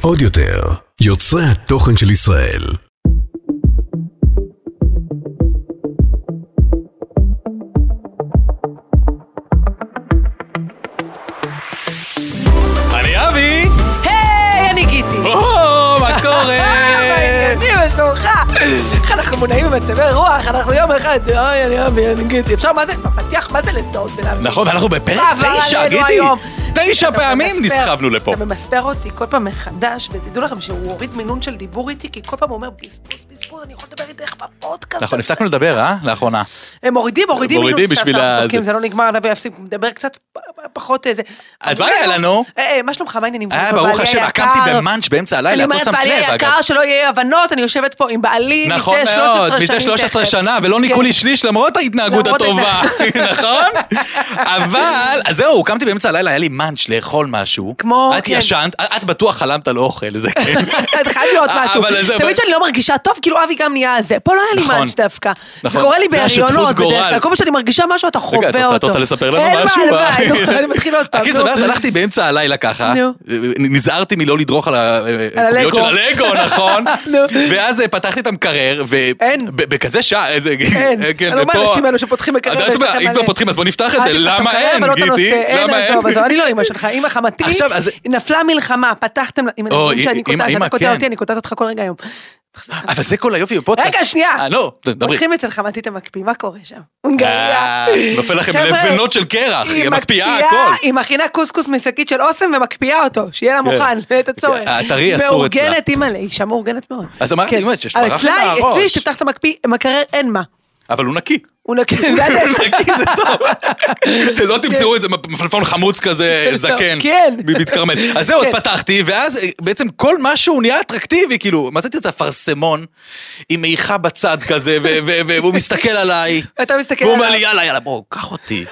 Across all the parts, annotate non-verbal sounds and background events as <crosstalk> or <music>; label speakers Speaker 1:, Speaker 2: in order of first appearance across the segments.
Speaker 1: עוד יותר, יוצרי התוכן של ישראל.
Speaker 2: אני אבי!
Speaker 3: היי, אני גיטי.
Speaker 2: או,
Speaker 3: <laughs>
Speaker 2: מה
Speaker 3: מה
Speaker 2: קורה?
Speaker 3: העניינים, מה שלומך? איך אנחנו מונעים במצבי רוח, אנחנו יום אחד, אוי, אני אבי, אני גיטי. אפשר, מה זה, בפתיח, מה זה לזהות ולהבין?
Speaker 2: נכון, ואנחנו בפרק
Speaker 3: מה עבר
Speaker 2: תשע,
Speaker 3: עלינו
Speaker 2: גידי!
Speaker 3: היום?
Speaker 2: תשע
Speaker 3: אתה
Speaker 2: פעמים
Speaker 3: ממספר-
Speaker 2: נסחבנו לפה.
Speaker 3: אתה ממספר אותי כל פעם מחדש, ותדעו לכם שהוא הוריד מינון של דיבור איתי, כי כל פעם הוא אומר, בזבוז, בזבוז, אני יכול לדבר איתך בפודקאסט.
Speaker 2: נכון,
Speaker 3: הזה."
Speaker 2: הפסקנו לדבר, אה? לאחרונה.
Speaker 3: הם מורידים, מורידים
Speaker 2: מורידים
Speaker 3: מינון, סתם,
Speaker 2: בשביל
Speaker 3: סתם,
Speaker 2: ה-
Speaker 3: צוחקים,
Speaker 2: זה-
Speaker 3: זה לא נגמר, נדבר, יפסיק, נדבר קצת פ- פ- פחות איזה.
Speaker 2: אז מה היה לנו?
Speaker 3: אה, אה, מה שלומך, מה העניינים?
Speaker 2: אה,
Speaker 3: קודם כל,
Speaker 2: ברוך
Speaker 3: בעלי
Speaker 2: השם,
Speaker 3: היקר.
Speaker 2: הקמתי במאנץ' באמצע
Speaker 3: אני
Speaker 2: הלילה, את לא
Speaker 3: אומרת,
Speaker 2: שמת
Speaker 3: בעלי
Speaker 2: לב, אגב.
Speaker 3: היקר, שלא יהיה הבנות, אני יושבת פה עם בעלי מזה 13
Speaker 2: נכון
Speaker 3: שנים.
Speaker 2: מאוד, מזה 13
Speaker 3: תכף.
Speaker 2: שנה, ולא ניקו
Speaker 3: כן. <laughs>
Speaker 2: לי שליש למרות ההתנהגות
Speaker 3: למרות
Speaker 2: הטובה, <laughs> נכון? אבל, אז זהו, קמתי באמצע הלילה, היה לי מאנץ' לאכול משהו.
Speaker 3: כמו,
Speaker 2: את
Speaker 3: כן.
Speaker 2: ישנת, את בטוח חלמת על אוכל, זה
Speaker 3: <laughs>
Speaker 2: כן.
Speaker 3: אתה חייב להיות משהו.
Speaker 2: אה, אבל זה-
Speaker 3: תמיד כשאני לא מרגישה טוב, כאילו אבי גם נהיה זה. פה לא היה לי
Speaker 2: נכון.
Speaker 3: מאנץ' דווקא. זה
Speaker 2: נכון.
Speaker 3: קורה לי
Speaker 2: זה השותפות
Speaker 3: בהריונות בדרך
Speaker 2: גורל.
Speaker 3: כלל. כל פעם שאני מרגשה משהו, אתה חווה
Speaker 2: רגע, את
Speaker 3: אותו.
Speaker 2: רוצה- את רוצה לספר לנו משהו? אה,
Speaker 3: אין
Speaker 2: מה?
Speaker 3: מה,
Speaker 2: <laughs>
Speaker 3: אין בעיה, אני מתחיל עוד פעם. לא?
Speaker 2: הקיצר,
Speaker 3: נו.
Speaker 2: ואז הלכתי באמצע הלילה ככה,
Speaker 3: נו.
Speaker 2: נזהרתי מלא לדרוך על אה, החוליות
Speaker 3: הלגו.
Speaker 2: של הלגו,
Speaker 3: <laughs>
Speaker 2: נכון?
Speaker 3: נו.
Speaker 2: ואז אה, פתחתי את המקרר,
Speaker 3: אין.
Speaker 2: ובכזה שעה, איזה...
Speaker 3: אין.
Speaker 2: כן,
Speaker 3: אני לא
Speaker 2: ופה-
Speaker 3: מהאנשים האלו שפותחים מקרר
Speaker 2: אתה יודע
Speaker 3: ויש
Speaker 2: מה,
Speaker 3: לכם
Speaker 2: אם
Speaker 3: מלא.
Speaker 2: כבר פותחים, אז בוא נפתח את
Speaker 3: אל
Speaker 2: זה.
Speaker 3: תפתח את
Speaker 2: למה
Speaker 3: המקרר,
Speaker 2: אין,
Speaker 3: אבל לא את הנושא.
Speaker 2: גידי?
Speaker 3: אין,
Speaker 2: למה אין?
Speaker 3: עזוב, עזוב, אני לא אימא שלך, אימא חמתי,
Speaker 2: עכשיו, אז-
Speaker 3: נפלה מלחמה, פתחתם, אם אני
Speaker 2: אוי,
Speaker 3: אומרת שאני
Speaker 2: אימא,
Speaker 3: קוטעת,
Speaker 2: אימא,
Speaker 3: אתה קוטע
Speaker 2: כן.
Speaker 3: אותי, אני קוטעת אותך כל רגע היום.
Speaker 2: אבל זה כל היופי בפודקאסט.
Speaker 3: רגע, שנייה.
Speaker 2: אה, לא, דברי.
Speaker 3: הולכים אצל חמתי את המקפיא, מה קורה שם? הונגריה.
Speaker 2: אה, נופל לכם
Speaker 3: חבר'ה,
Speaker 2: לבנות של קרח,
Speaker 3: היא
Speaker 2: היא מקפיאה
Speaker 3: מקפיאה,
Speaker 2: הכל.
Speaker 3: היא מכינה קוסקוס משקית של אוסם ומקפיאה אותו, שיהיה לה מוכן, את הצורך.
Speaker 2: הטרי כן. אה, אסור אצלה.
Speaker 3: מאורגנת, אימא'לה, אישה מאורגנת מאוד.
Speaker 2: אז אמרתי,
Speaker 3: כן.
Speaker 2: אימא, שיש
Speaker 3: אבל
Speaker 2: ברח
Speaker 3: אצלה,
Speaker 2: לה מהראש.
Speaker 3: אצלי, שתפתח את המקפיא, מקרר אין מה.
Speaker 2: אבל הוא נקי.
Speaker 3: הוא נקי, זה כן. הדרך.
Speaker 2: כן, נקי זה טוב. <laughs>
Speaker 3: <laughs>
Speaker 2: לא תמצאו את זה מפלפון חמוץ כזה זקן.
Speaker 3: כן.
Speaker 2: מביט כרמל. אז זהו, אז
Speaker 3: כן.
Speaker 2: פתחתי, ואז אה, בעצם כל משהו נהיה אטרקטיבי, כאילו, מצאתי איזה אפרסמון עם מעיכה בצד כזה, ו- ו- ו- והוא מסתכל עליי.
Speaker 3: <laughs> אתה מסתכל
Speaker 2: והוא אומר
Speaker 3: עליו.
Speaker 2: לי, יאללה, יאללה, בוא, קח אותי. <laughs>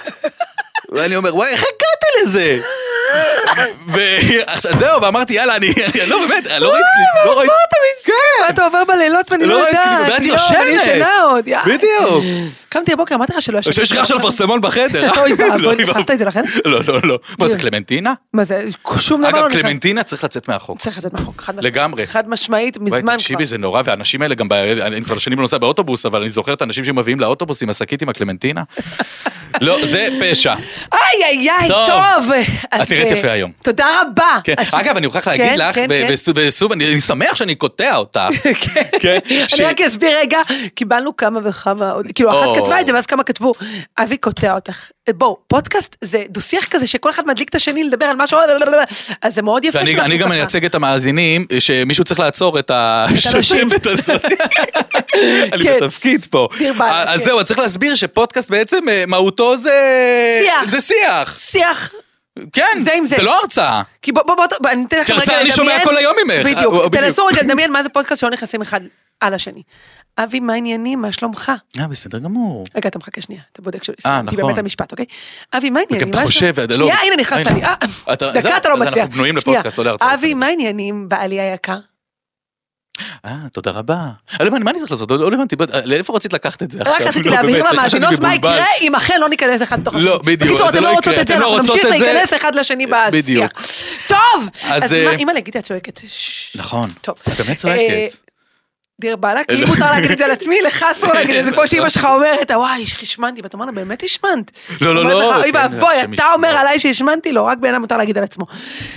Speaker 2: ואני אומר, וואי, איך הגעתי לזה? <laughs> ועכשיו זהו, ואמרתי, יאללה, אני, אני- לא באמת, אני לא ראיתי,
Speaker 3: אבל
Speaker 2: לא ראיתי,
Speaker 3: מה אתה מסתכל? מה אתה עובר בלילות ואני לא
Speaker 2: לא ראיתי,
Speaker 3: יודעת?
Speaker 2: ואת
Speaker 3: יואו, אני
Speaker 2: יושנת.
Speaker 3: ישנה עוד, יאי.
Speaker 2: בדיוק.
Speaker 3: קמתי הבוקר, אמרתי לך שלא ישנתי. <laughs>
Speaker 2: יש ריח של אפרסמון בחדר.
Speaker 3: אוי ואבוי,
Speaker 2: <laughs> לא, אוי
Speaker 3: עשית את זה כן. לכן?
Speaker 2: לא, לא, לא. מה זה, קלמנטינה?
Speaker 3: מה זה, שום דבר לא
Speaker 2: אגב,
Speaker 3: נכנס.
Speaker 2: קלמנטינה צריך לצאת מהחוק.
Speaker 3: צריך לצאת מהחוק, חד משמעית.
Speaker 2: לגמרי.
Speaker 3: חד משמעית,
Speaker 2: וואי,
Speaker 3: מזמן כבר.
Speaker 2: תקשיבי, זה נורא, והאנשים האלה גם, ב- אני כבר שנים לא נוסע באוטובוס, אבל אני זוכר את האנשים שמביאים לאוטובוס עם השקית עם הקלמנטינה.
Speaker 3: <laughs>
Speaker 2: לא, זה פשע.
Speaker 3: איי איי איי,
Speaker 2: טוב.
Speaker 3: טוב. אז,
Speaker 2: את נראית
Speaker 3: אה,
Speaker 2: יפה היום.
Speaker 3: תודה רבה.
Speaker 2: כן.
Speaker 3: אז-
Speaker 2: אגב, אני מוכרח
Speaker 3: כן,
Speaker 2: להגיד לך,
Speaker 3: כן,
Speaker 2: ב-
Speaker 3: כן.
Speaker 2: בסו- בסוף, אני אני שמח שאני קוטע אותך.
Speaker 3: <laughs> כן.
Speaker 2: כן, ש-
Speaker 3: אני רק אסביר רגע, קיבלנו כמה וכמה, עוד- כאילו אחת
Speaker 2: או.
Speaker 3: כתבה את זה ואז כמה כתבו, אבי קוטע אותך. בואו, פודקאסט זה דו-שיח כזה שכל אחד מדליק את השני לדבר על משהו, אז זה מאוד יפה.
Speaker 2: ואני
Speaker 3: שאנחנו
Speaker 2: אני גם
Speaker 3: ככה.
Speaker 2: מייצג את המאזינים, שמישהו צריך לעצור את
Speaker 3: האנשים.
Speaker 2: השושבת
Speaker 3: <laughs>
Speaker 2: הזאת. אני
Speaker 3: כן.
Speaker 2: בתפקיד פה.
Speaker 3: דיר באלכ,
Speaker 2: אז
Speaker 3: כן.
Speaker 2: זהו, אז צריך להסביר שפודקאסט בעצם, אה, מהותו זה...
Speaker 3: שיח.
Speaker 2: זה שיח.
Speaker 3: שיח.
Speaker 2: כן,
Speaker 3: זה עם זה.
Speaker 2: זה לא הרצאה.
Speaker 3: כי בוא, בוא, בוא, בוא, אני אתן לכם רגע
Speaker 2: תרצה,
Speaker 3: לדמיין.
Speaker 2: אני שומע כל היום ממך. אה, אה,
Speaker 3: בדיוק.
Speaker 2: בדיוק.
Speaker 3: תנסו רגע
Speaker 2: <laughs>
Speaker 3: לדמיין מה זה פודקאסט שלא נכנסים אחד על השני. אבי, מה העניינים? מה שלומך?
Speaker 2: אה, בסדר גמור.
Speaker 3: רגע, אתה מחכה שנייה, אתה בודק שלא
Speaker 2: אה,
Speaker 3: הסתכלתי
Speaker 2: נכון.
Speaker 3: באמת המשפט, אוקיי? אבי, מה העניינים?
Speaker 2: וגם אתה
Speaker 3: מה
Speaker 2: חושב,
Speaker 3: שלומך?
Speaker 2: אתה לא-
Speaker 3: שנייה, הנה נכנסת
Speaker 2: הנה.
Speaker 3: לי. אה,
Speaker 2: אתה- זהו,
Speaker 3: דקה אתה לא
Speaker 2: אז
Speaker 3: מצליח.
Speaker 2: אנחנו בנויים
Speaker 3: שנייה.
Speaker 2: לפודקאסט, לא להרצאה.
Speaker 3: אבי, מה העניינים בעלי היקר?
Speaker 2: אה, תודה רבה. אני לא- מה אני צריך לעשות? לא לא הבנתי, ב- לאיפה רצית לקחת את זה עכשיו?
Speaker 3: רק רציתי
Speaker 2: לא,
Speaker 3: להבהיר
Speaker 2: באמת, איך אני
Speaker 3: למאזינות מה
Speaker 2: מבולבל.
Speaker 3: יקרה אם אכן לא ניכנס אחד לתוך השני.
Speaker 2: לא, בדיוק,
Speaker 3: בקיצור,
Speaker 2: זה
Speaker 3: אתם
Speaker 2: לא
Speaker 3: לא
Speaker 2: יקרה,
Speaker 3: רוצות את זה,
Speaker 2: אתם לא
Speaker 3: אנחנו
Speaker 2: רוצות
Speaker 3: נמשיך
Speaker 2: את זה.
Speaker 3: להיכנס אחד לשני בשיח.
Speaker 2: בדיוק.
Speaker 3: טוב!
Speaker 2: אז,
Speaker 3: אז
Speaker 2: אה,
Speaker 3: מה, אימא לגידי, את צועקת. ששש.
Speaker 2: נכון.
Speaker 3: טוב.
Speaker 2: את באמת
Speaker 3: אה,
Speaker 2: צועקת.
Speaker 3: דיר באלק, לי מותר להגיד את זה על עצמי, לך אסור להגיד את זה, כמו שאימא שלך אומרת, וואי, השמנתי, ואתה אומר לה, באמת השמנת?
Speaker 2: לא, לא,
Speaker 3: אומרת
Speaker 2: לא,
Speaker 3: לך, אוי
Speaker 2: כן,
Speaker 3: ואבוי,
Speaker 2: השם
Speaker 3: אתה אומר
Speaker 2: ישמור.
Speaker 3: עליי שהשמנתי, לא, רק בעיניי מותר להגיד על עצמו.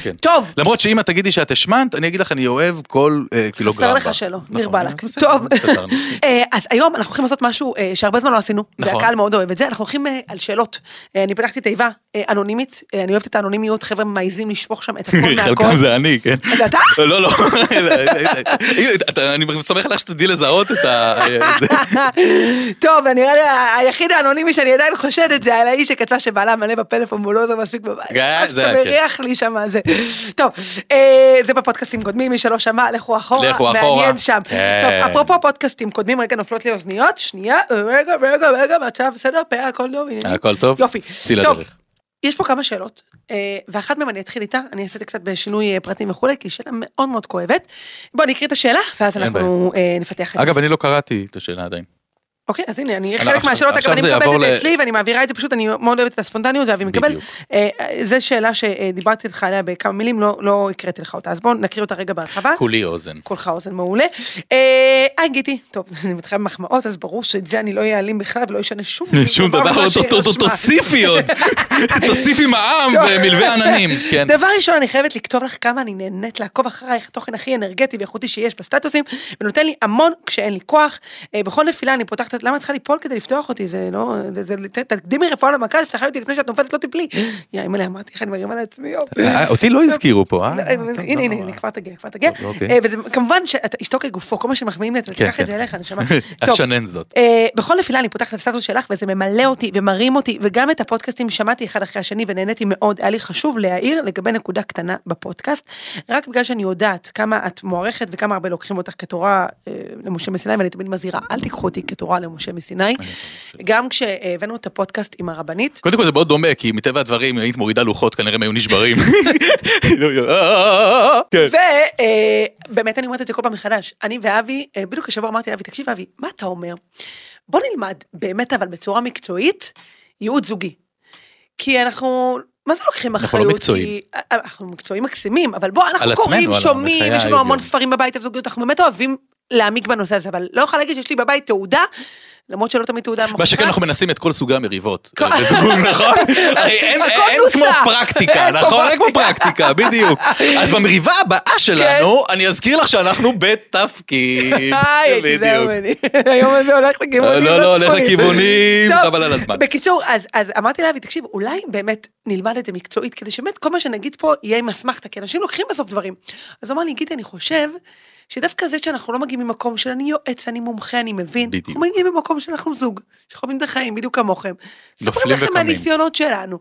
Speaker 2: כן.
Speaker 3: טוב,
Speaker 2: למרות שאם את תגידי שאת השמנת, אני אגיד לך, אני אוהב כל אה, קילוגרם.
Speaker 3: חסר
Speaker 2: בה.
Speaker 3: לך שלא, דיר
Speaker 2: נכון,
Speaker 3: באלק.
Speaker 2: בסדר,
Speaker 3: טוב,
Speaker 2: הסתדרנו.
Speaker 3: <laughs> אה, אז היום אנחנו הולכים לעשות משהו אה, שהרבה זמן לא עשינו,
Speaker 2: נכון.
Speaker 3: והקהל מאוד אוהב את זה, אנחנו הולכים אה, על שאלות. אה, אני פתחתי תיבה אה, אנונימית, אה, אני אוהבת את האנונימיות, חבר'ה מעיזים לשפוך שם את הכל מהכל.
Speaker 2: <laughs> חלקם זה אני, כן.
Speaker 3: זה אתה?
Speaker 2: לא, לא. אתה- אני סומך עליך שתדעי לזהות את ה... אה, זה.
Speaker 3: <laughs> טוב, נראה לי ה- היחיד האנונימי שאני עדיין חושדת זה על האיש שכתבה שבעלה מלא בפלאפון והוא לא עוזר מספיק בבית.
Speaker 2: כן,
Speaker 3: ממש
Speaker 2: זה
Speaker 3: אתה
Speaker 2: היה כן.
Speaker 3: מריח לי שם זה. טוב, אה, זה בפודקאסטים קודמים, מי שלא שמע, לכו אחורה,
Speaker 2: לכו אחורה.
Speaker 3: מעניין שם.
Speaker 2: כן.
Speaker 3: טוב, אפרופו פודקאסטים קודמים, רגע נופלות לי אוזניות, שנייה, אה, רגע, רגע, רגע, מצב, בסדר, פאה, הכל טוב, עניינים.
Speaker 2: הכל טוב?
Speaker 3: יופי.
Speaker 2: צאי
Speaker 3: טוב,
Speaker 2: לדרך.
Speaker 3: יש פה כמה שאלות, אה, ואחת מהן אני אתחיל איתה, אני אעשה את זה קצת בשינוי אה, פרטים וכולי, כי היא שאלה מאוד מאוד כואבת. בואו, אני אקריא את השאלה, ואז
Speaker 2: אין
Speaker 3: אנחנו אה, נפתח את זה.
Speaker 2: אגב, אני לא קראתי את השאלה עדיין.
Speaker 3: אוקיי, אז הנה, אני
Speaker 2: אנחנו-
Speaker 3: חלק מהשאלות, אגב,
Speaker 2: עכשיו
Speaker 3: אני
Speaker 2: זה
Speaker 3: מקבלת
Speaker 2: יעבור
Speaker 3: את זה
Speaker 2: ל-
Speaker 3: אצלי, ואני מעבירה את זה פשוט, אני מאוד אוהבת את הספונטניות, ואבי מקבל.
Speaker 2: בדיוק.
Speaker 3: אה, אה, זו שאלה שדיברתי איתך עליה בכמה מילים, לא- לא הקראתי לך אותה, אז בואו נקריא אותה רגע בהרחבה.
Speaker 2: כולי אוזן.
Speaker 3: כולך אוזן מעולה. אה, היי גיטי, טוב, <laughs> אני מתחילה במחמאות, אז ברור שאת זה אני לא אעלים בכלל ולא אשנה <laughs> שום לא
Speaker 2: שום דבר, לא
Speaker 3: ממה
Speaker 2: עוד- עוד- עוד- עוד
Speaker 3: שאשמע.
Speaker 2: תוסיפי <laughs> עוד, תוסיפי מע"מ
Speaker 3: טוב.
Speaker 2: ומלווה עננים, כן.
Speaker 3: דבר ראשון, אני חייבת לכתוב לך כמה אני נהנית לעקוב אחרייך, התוכן הכי אנרגטי ואיכותי שיש בסטטוסים, ונותן לי המון כשאין לי כוח. אה, בכל נפילה אני פותחת, את- למה את צריכה ליפול כדי לפתוח אותי? זה לא, זה- זה- ת- תקדימי רפואה למכה, תפתחי אותי לפני שאת נופלת, לא
Speaker 2: <laughs>
Speaker 3: תיפלי. יא אימא'לה, אמרתי לך, אני מרימה לעצמי, יופי.
Speaker 2: <laughs> אה, אותי לא הזכירו פה, אה?
Speaker 3: לא,
Speaker 2: טוב,
Speaker 3: הנה,
Speaker 2: לא
Speaker 3: הנה,
Speaker 2: נורא.
Speaker 3: אני כבר תגיע, כבר תגיע.
Speaker 2: אוקיי.
Speaker 3: אה, וזה כמובן שאתה אשתו כגופו, כל מה שמחמיאים לי, אתה
Speaker 2: כן,
Speaker 3: תיקח
Speaker 2: כן.
Speaker 3: את זה אליך, נשמה.
Speaker 2: <laughs>
Speaker 3: טוב,
Speaker 2: השנן זאת.
Speaker 3: אה, בכל נפילה אני פותחת את הסטטוס שלך וזה ממלא אותי ומרים אותי וגם את הפודקאסטים שמעתי אחד אחרי השני ונהניתי מאוד היה לי חשוב להעיר לגבי נקודה קטנה בפודקאסט רק בגלל שאני יודעת כמה את מוערכת וכמה הרבה לוקחים אותך כתורה אה, למשה מסיני ואני תמיד מזהירה אל תיקחו אותי כתורה למשה מסיני גם כשהבאנו את הפודקאסט עם הרבנית
Speaker 2: קודם כל זה מאוד דומה, כי מטבע הדברים, אם היית מורידה לוחות, כנראה הם היו נשברים.
Speaker 3: <laughs>
Speaker 2: לא, כן.
Speaker 3: ובאמת אה, אני אומרת את זה כל פעם מחדש. אני ואבי, אה, בדיוק השבוע אמרתי לאבי, תקשיב אבי, מה אתה אומר? בוא נלמד באמת, אבל בצורה מקצועית, ייעוד זוגי. כי אנחנו, מה זה לוקחים אחריות?
Speaker 2: אנחנו לא מקצועיים.
Speaker 3: כי- אה, אנחנו מקצועיים מקסימים, אבל בוא,
Speaker 2: על
Speaker 3: אנחנו
Speaker 2: עצמנו,
Speaker 3: קוראים,
Speaker 2: על
Speaker 3: שומעים,
Speaker 2: המחיה,
Speaker 3: יש לנו המון
Speaker 2: גם.
Speaker 3: ספרים בבית על זוגיות, אנחנו באמת אוהבים להעמיק בנושא הזה, אבל לא יכולה להגיד שיש לי בבית תעודה, למרות שלא תמיד תעודה
Speaker 2: מה שכן,
Speaker 3: מוכיחה.
Speaker 2: אנחנו מנסים את כל סוגי המריבות.
Speaker 3: <laughs>
Speaker 2: בזבוב, נכון? הרי אין
Speaker 3: הכל
Speaker 2: אין
Speaker 3: נוסה.
Speaker 2: כמו פרקטיקה,
Speaker 3: אין כמו
Speaker 2: נכון? אין כמו
Speaker 3: פרקטיקה. כן.
Speaker 2: פרקטיקה, בדיוק. אז במריבה
Speaker 3: <laughs>
Speaker 2: הבאה שלנו, אני אזכיר לך שאנחנו בתפקיד.
Speaker 3: <laughs> היי, זהו,
Speaker 2: כן, בדיוק.
Speaker 3: אני <laughs> היום הזה הולך לכיוונים
Speaker 2: לא, לא, הולך
Speaker 3: צפויים.
Speaker 2: לכיוונים,
Speaker 3: טוב,
Speaker 2: חבל על הזמן.
Speaker 3: בקיצור, אז, אז אמרתי לאבי, תקשיב, אולי באמת נלמד את זה מקצועית, כדי שבאמת כל מה שנגיד פה יהיה עם אסמכתה, כי אנשים לוקחים בסוף דברים. אז הוא אמר לי, גידי, אני חושב שדווקא זה שאנחנו לא מגיעים ממקום של אני יועץ, אני מומחה, אני מבין,
Speaker 2: בדיוק.
Speaker 3: אנחנו מגיעים ממקום שאנחנו זוג, שחווים את החיים בדיוק כמוכם.
Speaker 2: נופלים
Speaker 3: ספרים לכם
Speaker 2: וקמים.
Speaker 3: מהניסיונות שלנו.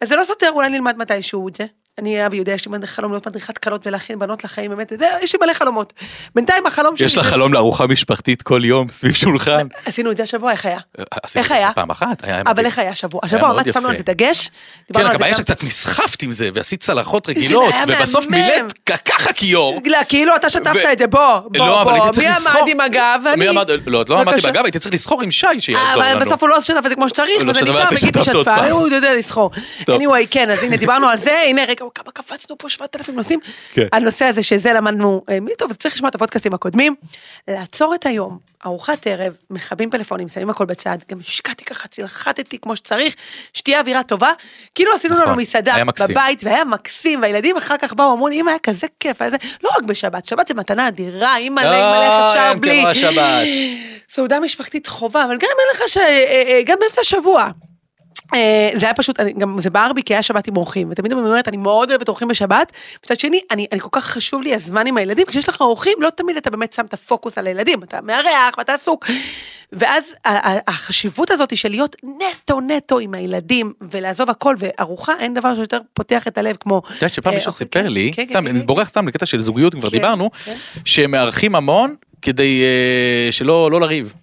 Speaker 3: אז זה לא סותר, אולי נלמד מתישהו את זה. אני, אבי יודע, יש לי מדריך חלום להיות מדריכת קלות ולהכין בנות לחיים, באמת, זה, יש לי מלא חלומות. בינתיים החלום שלי...
Speaker 2: יש לך
Speaker 3: זה-
Speaker 2: חלום לארוחה משפחתית כל יום סביב
Speaker 3: <laughs>
Speaker 2: שולחן. אה,
Speaker 3: עשינו את זה השבוע, איך היה?
Speaker 2: עשיתי את זה
Speaker 3: היה?
Speaker 2: פעם אחת, היה מדהים.
Speaker 3: אבל איך היה השבוע? השבוע
Speaker 2: מאוד
Speaker 3: ממש שמנו
Speaker 2: יפה.
Speaker 3: על זה דגש,
Speaker 2: כן,
Speaker 3: דיברנו על
Speaker 2: רק
Speaker 3: זה
Speaker 2: הבעיה
Speaker 3: גם.
Speaker 2: שקצת נסחפת עם זה, ועשית צלחות רגילות,
Speaker 3: היה
Speaker 2: ובסוף
Speaker 3: מהמם.
Speaker 2: מילאת ככה כיור.
Speaker 3: לא, כאילו אתה שטפת
Speaker 2: ו-
Speaker 3: את זה, בוא, בוא,
Speaker 2: לא, אבל
Speaker 3: בוא,
Speaker 2: הייתי צריך
Speaker 3: מי
Speaker 2: לסחור.
Speaker 3: עמד עם הגב?
Speaker 2: מי
Speaker 3: אני.
Speaker 2: עמד? לא, את לא עמדתי
Speaker 3: בבקשה.
Speaker 2: בגב, הייתי צריך לסחור עם שי שיעזור לנו.
Speaker 3: אבל בסוף הוא לא שטף את זה כמו שצריך,
Speaker 2: הוא לא
Speaker 3: וזה
Speaker 2: שטף,
Speaker 3: נשאר,
Speaker 2: אז
Speaker 3: וגידי
Speaker 2: שטפת עוד
Speaker 3: שטפה,
Speaker 2: פעם.
Speaker 3: הוא יודע לסחור.
Speaker 2: טוב.
Speaker 3: anyway, כן, אז הנה, דיברנו על זה, הנה, רגע, כמה קפצנו פה, 7,000 נושאים.
Speaker 2: כן.
Speaker 3: הנושא הזה שזה למדנו, אה, מי טוב, צריך לשמוע את הפודקאסטים הקודמים. לעצור את היום, ארוחת ערב, מכבים פלאפונים, שמים הכל בצד, גם השקעתי ככה, צלחתתי כמו שצריך, שתהיה אווירה טובה, כאילו עשינו לנו
Speaker 2: נכון,
Speaker 3: מסעדה
Speaker 2: היה מקסים.
Speaker 3: בבית, והיה מקסים, והילדים אחר כך באו, אמרו לי, אמא, היה כזה כיף, היה זה, לא רק בשבת, שבת זה מתנה אדירה, אמא,
Speaker 2: אה,
Speaker 3: איך אפשר
Speaker 2: אין
Speaker 3: בלי. אה,
Speaker 2: כמו השבת.
Speaker 3: סעודה משפחתית חובה, אבל גם אין לך ש... אה, אה, גם באמצע השבוע. אה, זה היה פשוט, אני- גם זה בער בי כי היה שבת עם אורחים, ותמיד אני אומרת, אני מאוד אוהבת אורחים בשבת, מצד שני, אני, אני כל כך חשוב לי הזמן עם הילדים, כשיש לך אורחים, לא תמיד אתה באמת שם את הפוקוס על הילדים, אתה מארח ואתה עסוק. ואז ה- ה- החשיבות הזאת של להיות נטו נטו עם הילדים, ולעזוב הכל, וארוחה, אין דבר שיותר פותח את הלב כמו...
Speaker 2: את יודעת שפעם
Speaker 3: אה,
Speaker 2: מישהו
Speaker 3: אוקיי,
Speaker 2: סיפר
Speaker 3: כן,
Speaker 2: לי,
Speaker 3: כן, כן,
Speaker 2: סתם,
Speaker 3: כן,
Speaker 2: אני
Speaker 3: כן.
Speaker 2: בורח סתם לקטע של זוגיות, כבר
Speaker 3: כן,
Speaker 2: דיברנו,
Speaker 3: כן.
Speaker 2: שהם מארחים המון כדי אה, שלא לא לריב.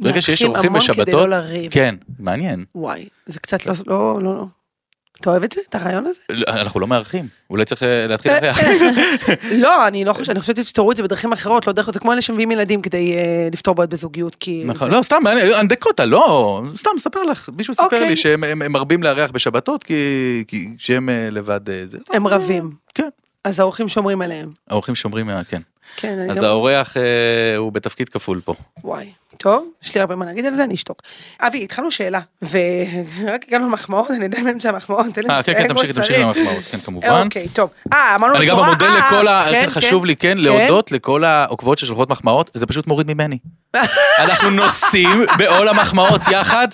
Speaker 2: ברגע שיש
Speaker 3: מארחים
Speaker 2: אורחים
Speaker 3: המון כדי
Speaker 2: בשבתות,
Speaker 3: לא לריב.
Speaker 2: כן, מעניין.
Speaker 3: וואי, זה קצת לא, לא, לא, לא. אתה אוהב את זה? את הרעיון הזה?
Speaker 2: לא, אנחנו לא מארחים, אולי צריך אה, להתחיל לארח.
Speaker 3: לא, אני לא חושבת, אני חושבת שתפתרו את זה בדרכים אחרות, לא דרך, זה כמו אלה שמביאים ילדים כדי אה, לפתור בעיות בזוגיות, כי...
Speaker 2: נכון,
Speaker 3: זה-
Speaker 2: לא, סתם, אני- אנדקוטה, לא, סתם, מספר לך, מישהו סיפר
Speaker 3: אוקיי.
Speaker 2: לי שהם הם- הם מרבים לארח בשבתות, כי כי- שהם אה, לבד אה, זה.
Speaker 3: הם רבים,
Speaker 2: כן,
Speaker 3: אז האורחים שומרים עליהם.
Speaker 2: האורחים שומרים, מה- כן.
Speaker 3: כן, אני
Speaker 2: אז
Speaker 3: לא...
Speaker 2: האורח אה, הוא בתפקיד כפול פה.
Speaker 3: וואי. טוב, יש לי הרבה מה להגיד על זה, אני אשתוק. אבי, התחלנו שאלה, <laughs> ורק הגענו למחמאות, אני עדיין באמצע המחמאות, תן לי
Speaker 2: אה, כן,
Speaker 3: לסיים
Speaker 2: כן,
Speaker 3: כמו
Speaker 2: תמשיכי, תמשיכי
Speaker 3: שצריך.
Speaker 2: למחמאות, כן, כמובן.
Speaker 3: אוקיי, טוב. אה, אמרנו
Speaker 2: אני גם
Speaker 3: לתורה,
Speaker 2: מודה
Speaker 3: אה,
Speaker 2: לכל ה...
Speaker 3: אה,
Speaker 2: כן, חשוב לי, כן, להודות לכל העוקבות ששולחות מחמאות, זה פשוט מוריד <laughs> ממני. אנחנו נוסעים בעול המחמאות יחד.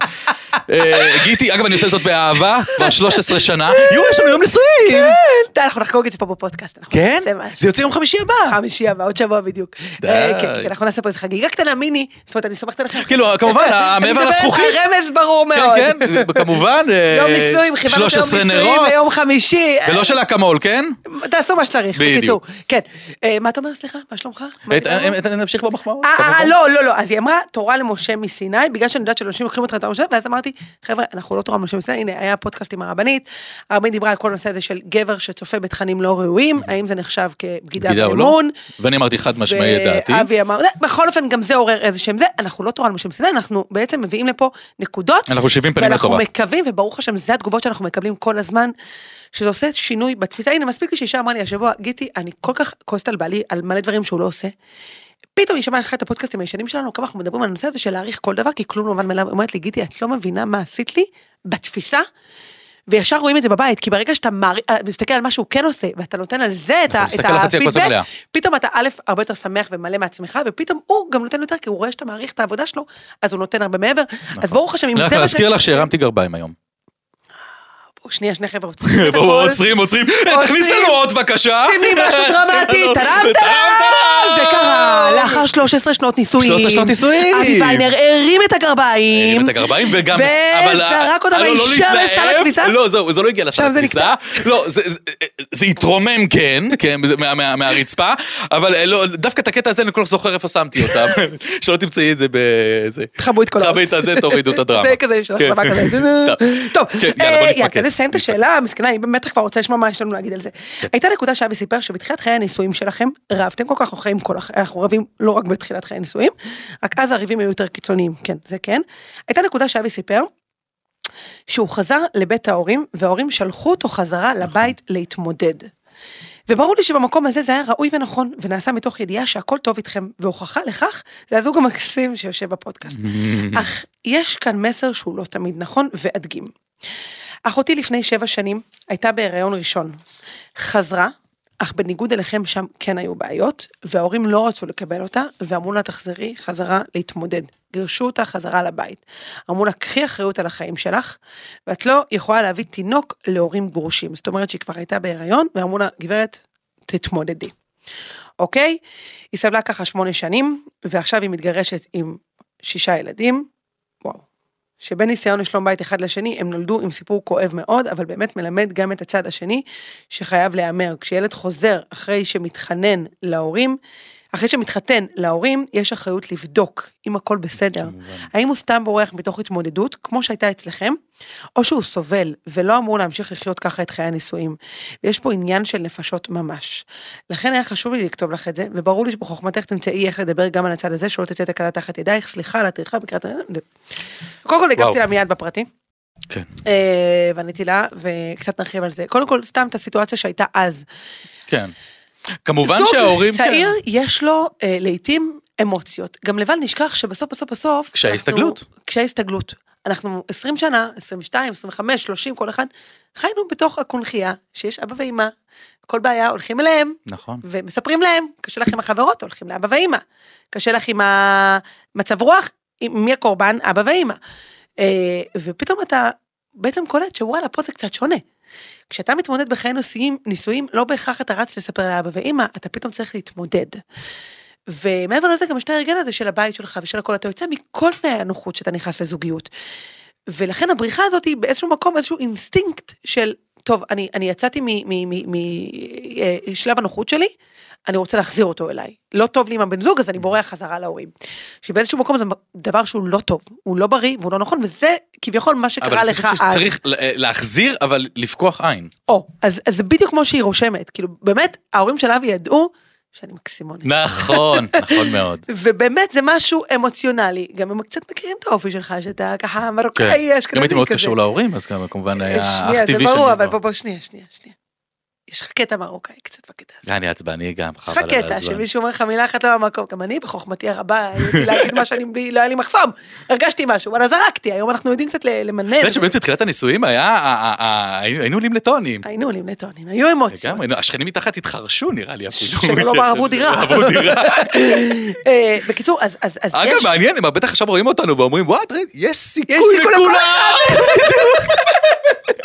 Speaker 2: אה, גיטי, אגב, אני עושה זאת באהבה, כבר 13 שנה. יואו, יש לנו יום נישואים!
Speaker 3: די, אנחנו נחגוג את זה פה בפודקאסט. אנחנו
Speaker 2: כן?
Speaker 3: נעשה משהו.
Speaker 2: זה יוצא יום חמישי הבא.
Speaker 3: חמישי הבא, עוד שבוע בדיוק.
Speaker 2: די.
Speaker 3: אה, כן, כן, אנחנו נעשה פה איזה חגיגה קטנה מיני, זאת אומרת, אני סומכת עליכם.
Speaker 2: כאילו, כמובן, ה-
Speaker 3: אני
Speaker 2: מעבר
Speaker 3: מדברת
Speaker 2: לזכוכית.
Speaker 3: על רמז ברור
Speaker 2: כן,
Speaker 3: מאוד.
Speaker 2: כן, כמובן. אה,
Speaker 3: <laughs> יום נישואים, חיברנו את
Speaker 2: 13
Speaker 3: היום נישואים
Speaker 2: נרות,
Speaker 3: ביום חמישי. אה,
Speaker 2: ולא של אקמול, כן?
Speaker 3: תעשו מה שצריך,
Speaker 2: בדיוק.
Speaker 3: בקיצור. כן. אה, מה אתה אומר, סליחה? מה שלומך? מה
Speaker 2: אה,
Speaker 3: דיברנו?
Speaker 2: אה, אה, נמשיך במחמאות.
Speaker 3: אה, אה,
Speaker 2: כמובן.
Speaker 3: לא, לא, לא, אז היא אמרה תורה למשה מסיני, בגלל שאני יודעת שאנשים לוקחים אותך לתורה למשה, ואז אמרתי, חבר'ה, אנחנו לא תורה למשה מסיני, הנה, היה פודקאסט עם הרבנית, הרבנית דיברה על כל הנושא הזה של גבר שצ... צופה בתכנים לא ראויים, האם זה נחשב כבגידה
Speaker 2: Mm-hmm. בגידה או לא?
Speaker 3: באמון.
Speaker 2: ואני אמרתי חד משמעי את דעתי.
Speaker 3: ואבי אמר, "זה", בכל אופן, גם זה עורר איזה שהם זה, אנחנו לא תורה למשה מסיני, אנחנו בעצם מביאים לפה נקודות.
Speaker 2: אנחנו שבעים פנים
Speaker 3: ואנחנו
Speaker 2: לטובה.
Speaker 3: מקווים, וברוך השם, זה התגובות שאנחנו מקבלים כל הזמן, שזה עושה שינוי בתפיסה. הנה, מספיק לי שאישה אמרה לי השבוע, גיטי, אני כל כך כועסת על בעלי, על מלא דברים שהוא לא עושה. פתאום היא שמעה אחד את הפודקאסטים הישנים שלנו, כמה אנחנו מדברים על הנושא הזה של להעריך כל דבר, כי כלום לא מובן מאליו. היא אומרת לי, גיטי, את לא מבינה מה עשית לי בתפיסה, וישר רואים את זה בבית, כי ברגע שאתה מער- אה, מסתכל על מה שהוא כן עושה, ואתה נותן על זה את ה- את
Speaker 2: מסתכל על חצי הכוס המלאה.
Speaker 3: הפידבק, פתאום אתה א', הרבה יותר שמח ומלא מעצמך, ופתאום הוא גם נותן יותר, כי הוא רואה שאתה מעריך את העבודה שלו, אז הוא נותן הרבה מעבר. אז ברוך השם, אם
Speaker 2: רק
Speaker 3: זה מה ש...
Speaker 2: נכון. להזכיר לך שהרמתי גרביים היום.
Speaker 3: שנייה, שני חבר'ה, עוצרים
Speaker 2: <laughs>
Speaker 3: את
Speaker 2: בואו
Speaker 3: הכל.
Speaker 2: עוצרים, לא עוצרים, "אה, תכניס
Speaker 3: עוצרים.
Speaker 2: לנו עוד בבקשה.
Speaker 3: שים
Speaker 2: <laughs>
Speaker 3: לי משהו דרמטי,
Speaker 2: לנו.
Speaker 3: טרם
Speaker 2: טרם,
Speaker 3: טרם!
Speaker 2: טרם.
Speaker 3: זה קרה לאחר 13 שנות נישואים.
Speaker 2: 13 שנות נישואים.
Speaker 3: אבי ויינר הרים את הגרביים.
Speaker 2: הרים את הגרביים וגם... אבל-
Speaker 3: וזרק אותה
Speaker 2: אה, לא, לא
Speaker 3: באישה
Speaker 2: להתלהב.
Speaker 3: בסל הכביסה.
Speaker 2: לא, זהו, זה לא הגיע לסל
Speaker 3: שם זה
Speaker 2: הכביסה. לא, זה- זה- זה התרומם, כן, כן, זה מה- מה- מהרצפה, אבל אה, לא, דווקא את הקטע הזה אני כל כך זוכר איפה שמתי
Speaker 3: <laughs>
Speaker 2: אותם. שלא תמצאי את זה בזה.
Speaker 3: תכבו את כל
Speaker 2: תכבי את הזה, תורידו את הדרמה.
Speaker 3: זה כזה, יש לך
Speaker 2: כן.
Speaker 3: צבא
Speaker 2: <laughs>
Speaker 3: כזה. טוב,
Speaker 2: כן, יאללה, בוא
Speaker 3: אה,
Speaker 2: נתפקס.
Speaker 3: כדי לסיים את השאלה, המסכנה, היא במתח כבר רוצה לשמוע מה יש לנו להגיד על זה.
Speaker 2: כן.
Speaker 3: הייתה נקודה שאבי סיפר שבתחילת חיי הנישואים שלכם, רבתם כל כך, אנחנו חיים כל החיים, אנחנו רבים לא רק בתחילת חיי הנישואים, רק אז הריבים היו יותר קיצוניים, כן, זה כן. הייתה נקודה שאבי סיפר, שהוא חזר לבית ההורים, וההורים שלחו אותו חזרה
Speaker 2: נכון.
Speaker 3: לבית להתמודד. וברור לי שבמקום הזה זה היה ראוי ונכון, ונעשה מתוך ידיעה שהכל טוב איתכם, והוכחה לכך, זה הזוג המקסים שיושב בפודקאסט. <laughs> אך יש כאן מסר שהוא לא תמיד נכון, ואדגים. אחותי לפני שבע שנים הייתה בהיריון ראשון. חזרה, אך בניגוד אליכם שם כן היו בעיות, וההורים לא רצו לקבל אותה, ואמרו לה תחזרי חזרה להתמודד. גירשו אותה חזרה לבית. אמרו לה, קחי אחריות על החיים שלך, ואת לא יכולה להביא תינוק להורים גרושים. זאת אומרת שהיא כבר הייתה בהיריון, ואמרו לה, גברת, תתמודדי. אוקיי? היא סבלה ככה שמונה שנים, ועכשיו היא מתגרשת עם שישה ילדים. וואו. שבין ניסיון לשלום בית אחד לשני, הם נולדו עם סיפור כואב מאוד, אבל באמת מלמד גם את הצד השני, שחייב להיאמר. כשילד חוזר אחרי שמתחנן להורים, אחרי שמתחתן להורים, יש אחריות לבדוק אם הכל בסדר. האם הוא סתם בורח מתוך התמודדות, כמו שהייתה אצלכם, או שהוא סובל ולא אמור להמשיך לחיות ככה את חיי הנישואים. ויש פה עניין של נפשות ממש. לכן היה חשוב לי לכתוב לך את זה, וברור לי שבחוכמתך תמצאי איך לדבר גם על הצד הזה, שלא תצא תקלה תחת ידייך, סליחה על הטרחה בקראת... קודם כל הגבתי
Speaker 2: וואו.
Speaker 3: לה מיד בפרטי.
Speaker 2: כן.
Speaker 3: אה, ועניתי לה, וקצת נרחיב על זה. קודם כל, סתם את הסיטואציה שהייתה אז.
Speaker 2: כן. כמובן
Speaker 3: זוג
Speaker 2: שההורים... כן.
Speaker 3: צעיר, יש לו אה, לעתים אמוציות. גם לבל נשכח שבסוף, בסוף, בסוף...
Speaker 2: קשיי
Speaker 3: אנחנו-
Speaker 2: הסתגלות.
Speaker 3: קשיי הסתגלות. אנחנו 20 שנה, 22, 25, 30, כל אחד, חיינו בתוך הקונכייה, שיש אבא ואימא, כל בעיה הולכים אליהם,
Speaker 2: נכון.
Speaker 3: ומספרים להם, קשה לך עם החברות, הולכים לאבא ואימא. קשה לך עם המצב רוח, עם מי הקורבן? אבא ואימא. אה, ופתאום אתה בעצם קולט שוואלה, פה זה קצת שונה. כשאתה מתמודד בחיי נישואים, נישואים, לא בהכרח אתה רץ לספר לאבא ואימא, אתה פתאום צריך להתמודד. ומעבר לזה, גם יש את ההרגל הזה של הבית שלך ושל הכל, אתה יוצא מכל תנאי הנוחות שאתה נכנס לזוגיות. ולכן הבריחה הזאת היא באיזשהו מקום איזשהו אינסטינקט של, טוב, אני, אני יצאתי משלב אה, הנוחות שלי, אני רוצה להחזיר אותו אליי. לא טוב לי עם הבן זוג, אז אני בורח חזרה להורים. שבאיזשהו מקום זה דבר שהוא לא טוב, הוא לא בריא והוא לא נכון, וזה כביכול מה
Speaker 2: אבל
Speaker 3: שקרה
Speaker 2: אני
Speaker 3: לך
Speaker 2: חושב
Speaker 3: אז.
Speaker 2: שצריך ל- אה, להחזיר, אבל לפקוח עין.
Speaker 3: או, אז אז זה בדיוק כמו שהיא רושמת, כאילו, באמת, ההורים של אבי ידעו שאני מקסימונית.
Speaker 2: נכון, נכון מאוד.
Speaker 3: ובאמת זה משהו אמוציונלי, גם הם קצת מכירים את האופי שלך, שאתה ככה
Speaker 2: כן.
Speaker 3: מרוקאי, אשכנזי כזה. אה,
Speaker 2: גם הייתי מאוד קשור להורים, אז גם כמובן היה אח
Speaker 3: שנייה,
Speaker 2: טבעי
Speaker 3: זה
Speaker 2: שלי.
Speaker 3: ברור, אבל
Speaker 2: כבר.
Speaker 3: בוא, בוא, שנייה, שנייה, שנייה. יש לך קטע מרוקאי קצת בקטע הזה.
Speaker 2: אני עצבני גם,
Speaker 3: יש
Speaker 2: חבל
Speaker 3: לך
Speaker 2: על
Speaker 3: קטע
Speaker 2: הזמן.
Speaker 3: שמישהו אומר לך מילה אחת לא במקום, גם אני בחוכמתי הרבה, הייתי להגיד מה שאני, בלי- לא היה לי מחסום, הרגשתי משהו, וואלה זרקתי, היום אנחנו יודעים קצת ל- למנן.
Speaker 2: אתה יודע שבאמת בתחילת הנישואים היה, ה- ה- ה- היינו היינו עולים לטונים.
Speaker 3: היינו עולים לטונים, היו אמוציות.
Speaker 2: לגמרי, נו, השכנים מתחת התחרשו נראה לי אפילו.
Speaker 3: שלא
Speaker 2: <laughs>
Speaker 3: לומר עברו לא דירה.
Speaker 2: עברו
Speaker 3: <laughs>
Speaker 2: דירה.
Speaker 3: אה, בקיצור, אז אז- אז יש...
Speaker 2: אגב, מעניין, הם בטח עכשיו רואים אותנו ואומרים, וואי, תראה, יש סיכוי
Speaker 3: יש סיכוי לכל
Speaker 2: לכולם.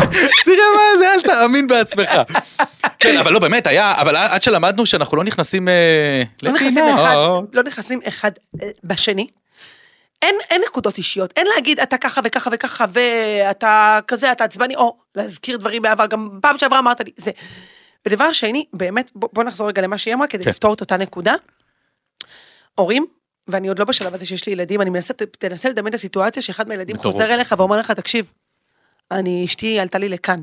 Speaker 2: <laughs> תראה מה זה, אל תאמין בעצמך. כן, אבל לא, באמת, היה, אבל עד שלמדנו שאנחנו לא נכנסים אה,
Speaker 3: לא נכנסים
Speaker 2: לפינות.
Speaker 3: אחד, לא נכנסים אחד אה, בשני. אין, אין נקודות אישיות, אין להגיד אתה ככה וככה וככה ואתה כזה, אתה עצבני, או להזכיר דברים בעבר, גם פעם שעברה אמרת לי, זה. ודבר שני, באמת, בוא, בוא נחזור רגע למה שהיא אמרה כדי
Speaker 2: כן.
Speaker 3: לפתור את אותה נקודה. הורים, ואני עוד לא בשלב הזה שיש לי ילדים, אני מנסה, תנסה לדמיין את הסיטואציה שאחד מהילדים
Speaker 2: מטורף.
Speaker 3: חוזר אליך ואומר לך, תקשיב, אני, אשתי עלתה לי לכאן.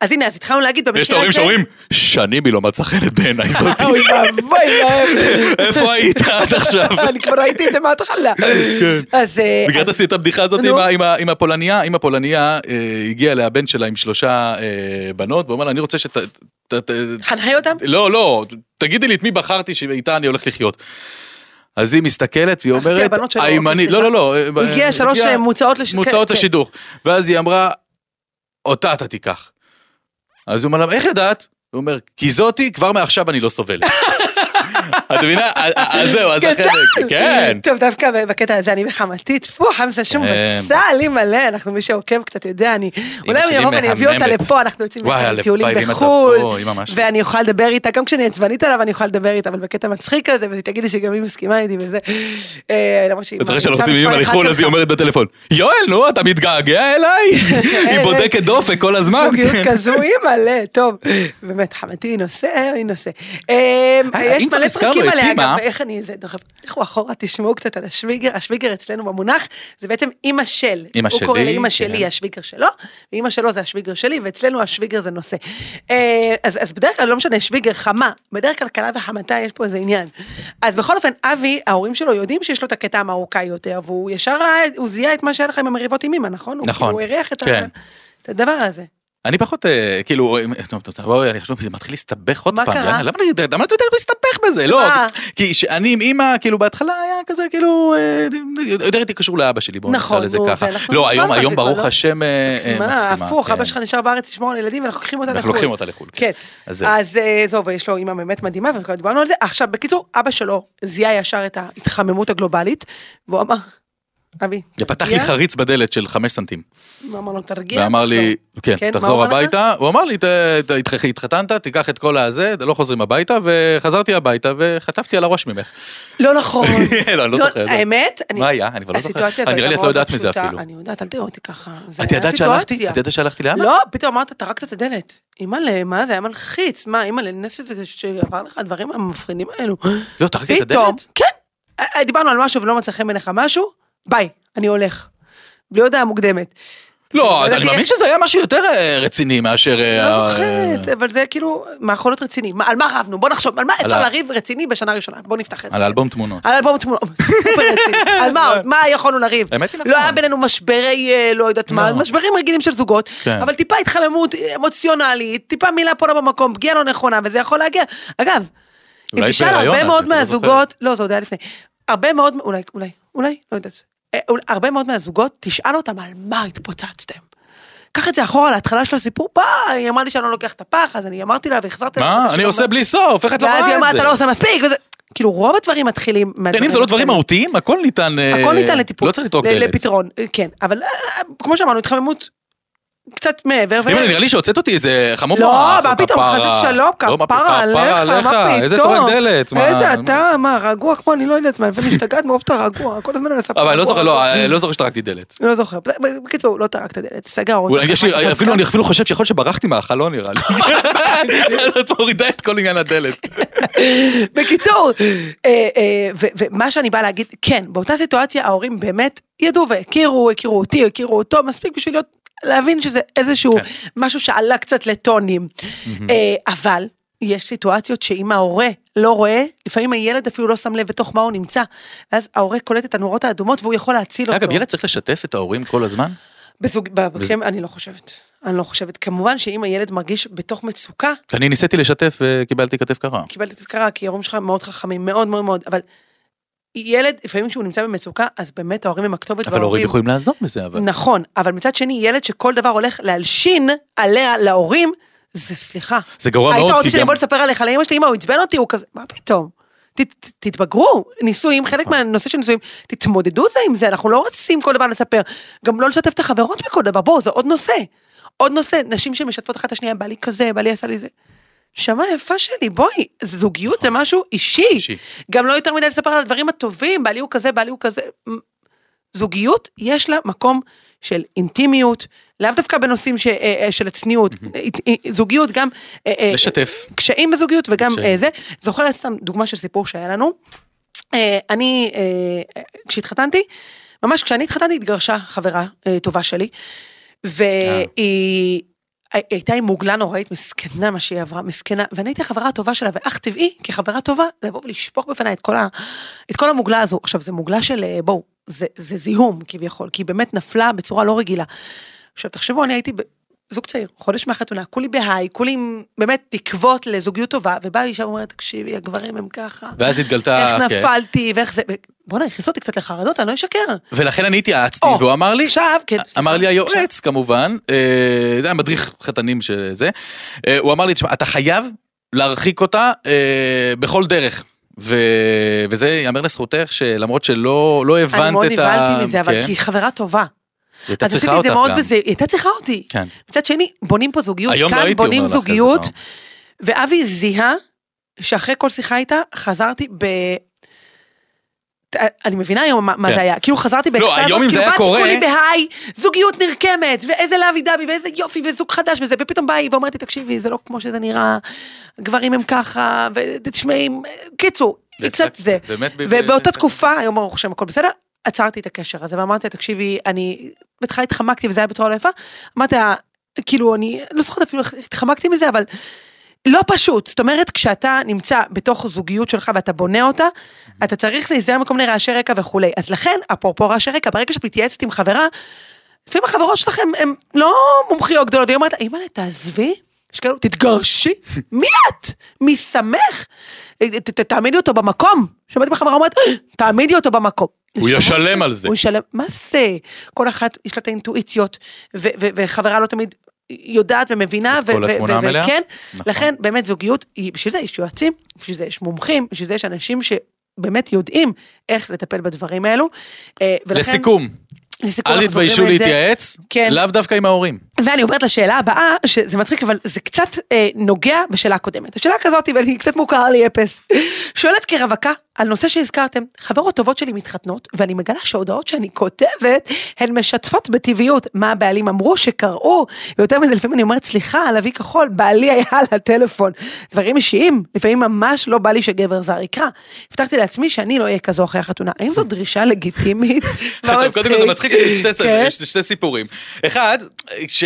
Speaker 3: אז הנה, אז התחלנו להגיד במקרה הזה...
Speaker 2: ויש את ההורים שאומרים, שנים היא לא מצאה חלק בעיניי
Speaker 3: <laughs>
Speaker 2: זאת.
Speaker 3: אוי ואבוי להם.
Speaker 2: <laughs> איפה היית עד עכשיו? כן.
Speaker 3: אני כבר ראיתי את זה מההתחלה. אז... אה,
Speaker 2: בגלל זה
Speaker 3: אז-
Speaker 2: עשית את הבדיחה הזאת
Speaker 3: נו.
Speaker 2: עם ה- עם ה- עם הפולניה, עם הפולניה אה, הגיע אליה הבן שלה עם שלושה אה, בנות, והוא אמר לה, אני רוצה שת... ת- ת-
Speaker 3: חנכי אותם?
Speaker 2: לא, לא, תגידי לי את מי בחרתי שאיתה אני הולך לחיות. אז היא מסתכלת והיא
Speaker 3: אחתי,
Speaker 2: אומרת,
Speaker 3: אה, הבנות שלו,
Speaker 2: הימנית,
Speaker 3: אוקיי,
Speaker 2: לא, לא, לא.
Speaker 3: הוא הגיע שלוש אה, מוצאות לש...
Speaker 2: מוצאות
Speaker 3: כן, כן.
Speaker 2: לשידור. ואז היא אמרה, אותה אתה תיקח. אז הוא אומר לה, איך ידעת? הוא אומר, כי זאתי, כבר מעכשיו אני לא סובלת. <laughs> את מבינה? אז- אז אה, זהו, אז
Speaker 3: גדל!
Speaker 2: אחרי זה, כן.
Speaker 3: כן, טוב, דווקא בקטע הזה אני מחמתי, טפו, חמזה שום
Speaker 2: כן.
Speaker 3: בצל, לי מלא, אנחנו מי שעוקב קצת יודע, אני... אולי הוא
Speaker 2: שלי
Speaker 3: יבוא ואני אביא אותה
Speaker 2: מהממת.
Speaker 3: לפה, אנחנו יוצאים
Speaker 2: וואי, הלוואי,
Speaker 3: טיולים
Speaker 2: ואם אתה פה,
Speaker 3: בחו"ל,
Speaker 2: אימא, מה שלך.
Speaker 3: ואני אוכל לדבר איתה, גם כשאני עצבנית עליו, אני אוכל לדבר איתה, אבל בקטע מצחיק הזה, והיא תגיד לי שגם היא מסכימה איתי וזה. אה, למרות שהיא...
Speaker 2: אז אחרי
Speaker 3: מעריצה
Speaker 2: שלוחצים אימים
Speaker 3: מספר
Speaker 2: על
Speaker 3: אחד
Speaker 2: איחול, אז
Speaker 3: שלך. כן,
Speaker 2: היא אומרת בטלפון, יואל, נו, אתה מתגעגע אליי?
Speaker 3: <laughs>
Speaker 2: <laughs> היא בודקת דופק כל הזמן. כן.
Speaker 3: זוגיות כזו, היא מלא, טוב. באמת, חמתי, היא נושא, היא נושא. אה,
Speaker 2: אה,
Speaker 3: יש
Speaker 2: אם כבר
Speaker 3: מלא
Speaker 2: הזכרנו
Speaker 3: פרקים
Speaker 2: את
Speaker 3: עליה,
Speaker 2: אימא-
Speaker 3: אגב, איך אני, זה, דרך אגב, לכו אחורה, תשמעו קצת על השוויגר, השוויגר אצלנו במונח, זה בעצם אימא של.
Speaker 2: אימא
Speaker 3: הוא קורא
Speaker 2: שלי,
Speaker 3: לאימא
Speaker 2: כן.
Speaker 3: שלי השוויגר שלו, ואימא שלו זה השוויגר שלי, ואצלנו השוויגר זה נושא. אה, אז אז בדרך כלל, לא משנה, שוויגר, חמה, בדרך כלל כלה וחמתה, יש פה איזה עניין. אז בכל אופן, אבי, ההורים שלו יודעים שיש לו את הקטע המרוקאי יותר, והוא ישר, ראה- הוא זיהה את מה שהיה לך עם המריבות עם אימא, נכון? הוא-
Speaker 2: נכון,
Speaker 3: הוא הריח את ה-
Speaker 2: כן.
Speaker 3: את הדבר הזה.
Speaker 2: אני פחות, אה, כאילו, אה, טוב, טוב, טוב, בואי, אני חושב שזה מתחיל להסתבך עוד
Speaker 3: מה
Speaker 2: פעם.
Speaker 3: קרה?
Speaker 2: יאללה, למה אני יודע, למה אתה יודע, להסתבך בזה? לא,
Speaker 3: מה?
Speaker 2: כי שאני עם אימא, כאילו, בהתחלה היה כזה, כאילו, אה, יותר הייתי קשור לאבא שלי, בואו
Speaker 3: נכון,
Speaker 2: נקרא לזה
Speaker 3: נו,
Speaker 2: ככה.
Speaker 3: ואנחנו
Speaker 2: לא,
Speaker 3: דיברנו
Speaker 2: היום,
Speaker 3: על זה
Speaker 2: היום
Speaker 3: כבר,
Speaker 2: ברוך
Speaker 3: לא?
Speaker 2: השם, אה, אה,
Speaker 3: מה,
Speaker 2: מקסימה.
Speaker 3: הפוך,
Speaker 2: כן.
Speaker 3: אבא שלך נשאר בארץ לשמור על ילדים, ואנחנו לוקחים אותה לחו"ל.
Speaker 2: אנחנו לוקחים אותה לחו"ל, כן.
Speaker 3: כן.
Speaker 2: אז זהו.
Speaker 3: אז אה, זהו, ויש לו אימא באמת מדהימה, וכבר דיברנו על זה. עכשיו, בקיצור, אבא שלו זיהה ישר את ההתחממות הגלובלית, והוא אמר, אבי,
Speaker 2: פתח לי
Speaker 3: יא?
Speaker 2: חריץ בדלת של חמש סנטים,
Speaker 3: הוא אמר לו, תרגיע.
Speaker 2: ואמר לי,
Speaker 3: תחזור."
Speaker 2: כן,
Speaker 3: כן, מה
Speaker 2: תחזור
Speaker 3: הוא אמר לך?
Speaker 2: הביתה, הוא אמר לי, "ת- ת- התח- התחתנת, תיקח את כל הזה, לא חוזרים הביתה, וחזרתי הביתה וחטפתי על הראש ממך.
Speaker 3: לא נכון.
Speaker 2: <laughs> לא, אני לא זוכר. זה-
Speaker 3: האמת, אני-
Speaker 2: מה היה? אני כבר לא זוכר.
Speaker 3: הסיטואציה הזאת
Speaker 2: נראה לי
Speaker 3: הייתה
Speaker 2: את לא
Speaker 3: מאוד
Speaker 2: יודעת מזה
Speaker 3: פשוטה.
Speaker 2: אפילו.
Speaker 3: אני יודעת, אל תראו אותי ככה. זה
Speaker 2: את
Speaker 3: היה
Speaker 2: ידעת שהלכתי?
Speaker 3: סיטואציה.
Speaker 2: את ידעת שהלכתי לאבא?
Speaker 3: לא, פתאום אמרת, טרקת את הדלת. אימא'לה, מה זה היה מלחיץ? מה, אימא'לה, נס שזה- שעבר לך הדברים המפחידים האלו.
Speaker 2: לא, טרקתי את
Speaker 3: פתאום,
Speaker 2: הדלת?
Speaker 3: כן. אה, אה, דיברנו על משהו ולא מצא חן בעיניך משהו, ביי, אני הולך. בלי הודעה מוקדמת.
Speaker 2: לא,
Speaker 3: ידעתי
Speaker 2: אני מאמין
Speaker 3: איך-
Speaker 2: שזה היה משהו יותר אה, רציני מאשר... אה,
Speaker 3: לא
Speaker 2: ה-
Speaker 3: זוכרת, אבל זה כאילו, מה יכול להיות רציני? מה- על מה רבנו? בוא נחשוב, על מה
Speaker 2: על
Speaker 3: אפשר
Speaker 2: ה-
Speaker 3: לריב רציני בשנה הראשונה? בוא נפתח את זה.
Speaker 2: על האלבום תמונות.
Speaker 3: על אלבום תמונות, סופר רציני, על מה עוד, מה יכולנו לריב?
Speaker 2: האמת היא
Speaker 3: לא
Speaker 2: נכון.
Speaker 3: היה בינינו משברי, אה, לא יודעת מה,
Speaker 2: לא.
Speaker 3: משברים רגילים של זוגות,
Speaker 2: כן.
Speaker 3: אבל טיפה התחממות אה, אמוציונלית, טיפה מילה פה לא במקום, פגיעה לא נכונה, וזה יכול להגיע. אגב, אם
Speaker 2: אולי
Speaker 3: תשאל
Speaker 2: בהיריון,
Speaker 3: הרבה
Speaker 2: אז
Speaker 3: מאוד
Speaker 2: את לא
Speaker 3: מהזוגות, לא, זה עוד היה לפני, הרבה מאוד, אולי, אולי, אולי, לא יודעת, אה, אולי- הרבה מאוד מהזוגות, תשאל אותם על מה התפוצצתם. קח את זה אחורה להתחלה של הסיפור, פה, היא אמרה לי שאני לא לוקח את הפח, אז אני אמרתי לה והחזרתי לה.
Speaker 2: מה?
Speaker 3: שזה
Speaker 2: אני
Speaker 3: לא
Speaker 2: עושה
Speaker 3: אומר-
Speaker 2: בלי סוף, איך את לא
Speaker 3: ואז היא
Speaker 2: רואה
Speaker 3: אמרה,
Speaker 2: את זה?
Speaker 3: אתה לא עושה מספיק, וזה... כאילו, רוב הדברים מתחילים
Speaker 2: כן,
Speaker 3: מהדברים
Speaker 2: אם זה לא דברים
Speaker 3: הקטנים.
Speaker 2: מהותיים, הכל ניתן... אה,
Speaker 3: הכל ניתן לטיפול.
Speaker 2: לא צריך לטרוק
Speaker 3: ל-
Speaker 2: דלת.
Speaker 3: לפתרון, אה, כן. אבל אה, אה, כמו שאמרנו, התחממות קצת מעבר. ו-
Speaker 2: אימא, נראה לי שהוצאת אותי איזה חמור
Speaker 3: לא,
Speaker 2: מוח,
Speaker 3: מה
Speaker 2: אתה
Speaker 3: פתאום,
Speaker 2: פרה.
Speaker 3: חס ושלום,
Speaker 2: לא,
Speaker 3: כפרה
Speaker 2: מה פתאום, פרה
Speaker 3: עליך, מה פתאום?
Speaker 2: איזה טורק דלת, מה-
Speaker 3: איזה אתה, מה, רגוע כמו, אני לא יודעת מה, לפעמים השתגעת מאוף אתה רגוע, כל הזמן אני מספר.
Speaker 2: אבל אני לא
Speaker 3: רגוע,
Speaker 2: זוכר, לא,
Speaker 3: רגוע.
Speaker 2: אה, לא זוכר שטרקתי דלת.
Speaker 3: לא זוכר, בקיצור, לא טרקת דלת, סגר
Speaker 2: אולי יש לי- אפילו- אני אפילו חושב שיכול להיות שברחתי מהחלון
Speaker 3: <laughs>
Speaker 2: נראה לי. את מורידה את כל עניין הדלת.
Speaker 3: אוקיי. בקיצור, אה, אה, ו- ומה שאני באה להגיד, כן, באותה סיטואציה ההורים באמת ידעו והכירו, הכירו אותי, הכירו אותו, מספיק בשביל להיות, להבין שזה איזשהו
Speaker 2: כן.
Speaker 3: משהו שעלה קצת לטונים. אה, אבל... יש סיטואציות שאם ההורה לא רואה, לפעמים הילד אפילו לא שם לב בתוך מה הוא נמצא, אז ההורה קולט את הנורות האדומות והוא יכול להציל אותו.
Speaker 2: אגב, ילד צריך לשתף את ההורים כל הזמן?
Speaker 3: בזוג, בבקרים, אני לא חושבת. אני לא חושבת. כמובן שאם הילד מרגיש בתוך מצוקה,
Speaker 2: אני ניסיתי לשתף וקיבלתי כתף קרה.
Speaker 3: קיבלת את קרה, כי ההורים שלך מאוד חכמים, מאוד מאוד מאוד, אבל ילד, לפעמים כשהוא נמצא במצוקה, אז באמת ההורים הם הכתובת
Speaker 2: אבל ההורים יכולים לעזור בזה, אבל...
Speaker 3: נכון, אבל מצד שני, ילד שכל דבר הולך להלשין עליה להורים, זה סליחה.
Speaker 2: זה גרוע
Speaker 3: היית
Speaker 2: מאוד,
Speaker 3: רוצה
Speaker 2: כי
Speaker 3: שאני
Speaker 2: גם...
Speaker 3: אבוא לספר עליך לאמא שלי, אמא, הוא עצבן אותי, הוא כזה, מה פתאום? ת- ת- תתבגרו, נישואים, חלק
Speaker 2: נכון.
Speaker 3: מהנושא של נישואים, תתמודדו זה עם זה, אנחנו לא רוצים כל דבר לספר. גם לא לשתף את החברות בכל דבר, בואו, זה עוד נושא. עוד נושא, נשים שמשתפות אחת את השנייה, בא לי כזה, בא לי עשה לי זה. שמע יפה שלי, בואי, זוגיות זה משהו אישי.
Speaker 2: נכון. אישי.
Speaker 3: גם לא יותר מדי לספר על הדברים הטובים, בעלי הוא כזה, בעלי הוא כזה. זוגיות, יש לה מקום של אינטימיות, לאו דווקא בנושאים ש, אה, אה, של הצניעות, אה, אה, זוגיות גם... אה, אה,
Speaker 2: לשתף.
Speaker 3: קשיים בזוגיות וגם
Speaker 2: קשיים.
Speaker 3: אה, זה. זוכרת סתם דוגמה של סיפור שהיה לנו. אה, אני, אה, אה, כשהתחתנתי, ממש כשאני התחתנתי התגרשה חברה אה, טובה שלי, והיא... היא הייתה עם מוגלה נוראית, מסכנה מה שהיא עברה, מסכנה, ואני הייתי החברה הטובה שלה, ואך טבעי, כחברה טובה, לבוא ולשפוך בפניי את כל, ה, את כל המוגלה הזו. עכשיו, זו מוגלה של, אה, בואו, זה, זה זיהום כביכול, כי היא באמת נפלה בצורה לא רגילה. עכשיו, תחשבו, אני הייתי ב- זוג צעיר, חודש מהחתונה, כולי בהיי, כולי עם באמת תקוות לזוגיות טובה, ובאה אישה ואומרת, תקשיבי, הגברים הם ככה,
Speaker 2: ואז התגלתה...
Speaker 3: איך
Speaker 2: כן.
Speaker 3: נפלתי, ואיך זה... בואנה, הכניס אותי קצת לחרדות, אני לא אשקר.
Speaker 2: ולכן אני התייעצתי,
Speaker 3: או,
Speaker 2: והוא אמר לי,
Speaker 3: עכשיו, כן, סליחה,
Speaker 2: אה, אמר לי היועץ כמובן, אה, זה היה מדריך חתנים שזה, אה, הוא אמר לי, תשמע, אתה חייב להרחיק אותה אה, בכל דרך. ו... וזה ייאמר לזכותך, שלמרות שלא לא הבנת את ה...
Speaker 3: אני מאוד נבהלתי מזה, אבל
Speaker 2: כן,
Speaker 3: כי היא חברה טובה.
Speaker 2: היא הייתה
Speaker 3: אז
Speaker 2: צריכה
Speaker 3: עשיתי את זה
Speaker 2: אותך
Speaker 3: מאוד
Speaker 2: גם.
Speaker 3: בזה, היא הייתה צריכה אותי.
Speaker 2: כן.
Speaker 3: מצד שני, בונים פה זוגיות,
Speaker 2: היום לא
Speaker 3: כאן
Speaker 2: הייתי
Speaker 3: בונים
Speaker 2: אומר לך כזה
Speaker 3: זוגיות,
Speaker 2: דבר.
Speaker 3: ואבי זיהה שאחרי כל שיחה איתה, חזרתי ב... ת- אני מבינה היום מה, מה
Speaker 2: כן.
Speaker 3: זה היה, כאילו חזרתי באקסטזות,
Speaker 2: היום אם זה
Speaker 3: כאילו
Speaker 2: היה
Speaker 3: באתי
Speaker 2: קורה-
Speaker 3: כולי בהיי, זוגיות נרקמת, ואיזה לאבי דבי, ואיזה יופי, וזוג חדש וזה, ופתאום באה היא ואומרת לי, תקשיבי, זה לא כמו שזה נראה, גברים הם ככה, ותשמעי, קיצור, היא קצת
Speaker 2: והפסקתי,
Speaker 3: זה.
Speaker 2: באמת ב-
Speaker 3: ובאותה
Speaker 2: ב-
Speaker 3: תקופה, היום ברוך השם הכל בסדר, עצרתי את הקשר הזה ואמרתי לה, תקשיבי, אני בהתחלה התחמקתי וזה היה בצורה לא יפה, אמרתי לה, כאילו אני לא זוכרת אפילו איך התחמקתי מזה, אבל לא פשוט, זאת אומרת כשאתה נמצא בתוך זוגיות שלך ואתה בונה אותה, אתה צריך להיזהר מכל מיני רעשי רקע וכולי, אז לכן, אפרופו רעשי רקע, ברגע שאת מתייעצת עם חברה, לפעמים החברות שלכם הן לא מומחיות גדולות, והיא אומרת, אימא'לה, תעזבי, יש כאלו, תתגרשי, מי את? מי שמח? ת- ת- תעמידי אותו במקום. שמעתי בחברה אומרת, "אה, תעמידי אותו במקום.
Speaker 2: הוא
Speaker 3: יש
Speaker 2: ישלם
Speaker 3: המון-
Speaker 2: על זה.
Speaker 3: הוא ישלם, מה זה? כל אחת יש לה את האינטואיציות, ו- ו- וחברה לא תמיד יודעת ומבינה.
Speaker 2: את כל
Speaker 3: ו- ו-
Speaker 2: התמונה
Speaker 3: ו- ו-
Speaker 2: המלאה?
Speaker 3: כן,
Speaker 2: נכון.
Speaker 3: לכן באמת זוגיות, היא- בשביל זה יש יועצים, בשביל זה יש מומחים, בשביל זה יש אנשים שבאמת יודעים איך לטפל בדברים האלו. אה, ולכן-
Speaker 2: לסיכום,
Speaker 3: לסיכום,
Speaker 2: אל
Speaker 3: אנחנו זוכרים
Speaker 2: תתביישו
Speaker 3: את זה.
Speaker 2: להתייעץ,
Speaker 3: כן.
Speaker 2: לאו דווקא עם ההורים.
Speaker 3: ואני עוברת לשאלה הבאה, שזה מצחיק, אבל זה קצת אה, נוגע בשאלה הקודמת. השאלה כזאת, ואני קצת מוכרה לי אפס. שואלת כרווקה על נושא שהזכרתם, חברות טובות שלי מתחתנות, ואני מגלה שההודעות שאני כותבת, הן משתפות בטבעיות מה הבעלים אמרו שקראו, ויותר מזה, לפעמים אני אומרת, סליחה, על אבי כחול, בעלי היה על הטלפון. דברים אישיים, לפעמים ממש לא בא לי שגבר זר יקרא. הבטחתי לעצמי שאני לא אהיה כזו אחרי החתונה. האם זו דרישה
Speaker 2: <laughs>
Speaker 3: לגיטימית? לא
Speaker 2: טוב, קודם כל זה מצחיק, שני צדדים,
Speaker 3: כן.
Speaker 2: יש שני סיפורים. אחד, ש...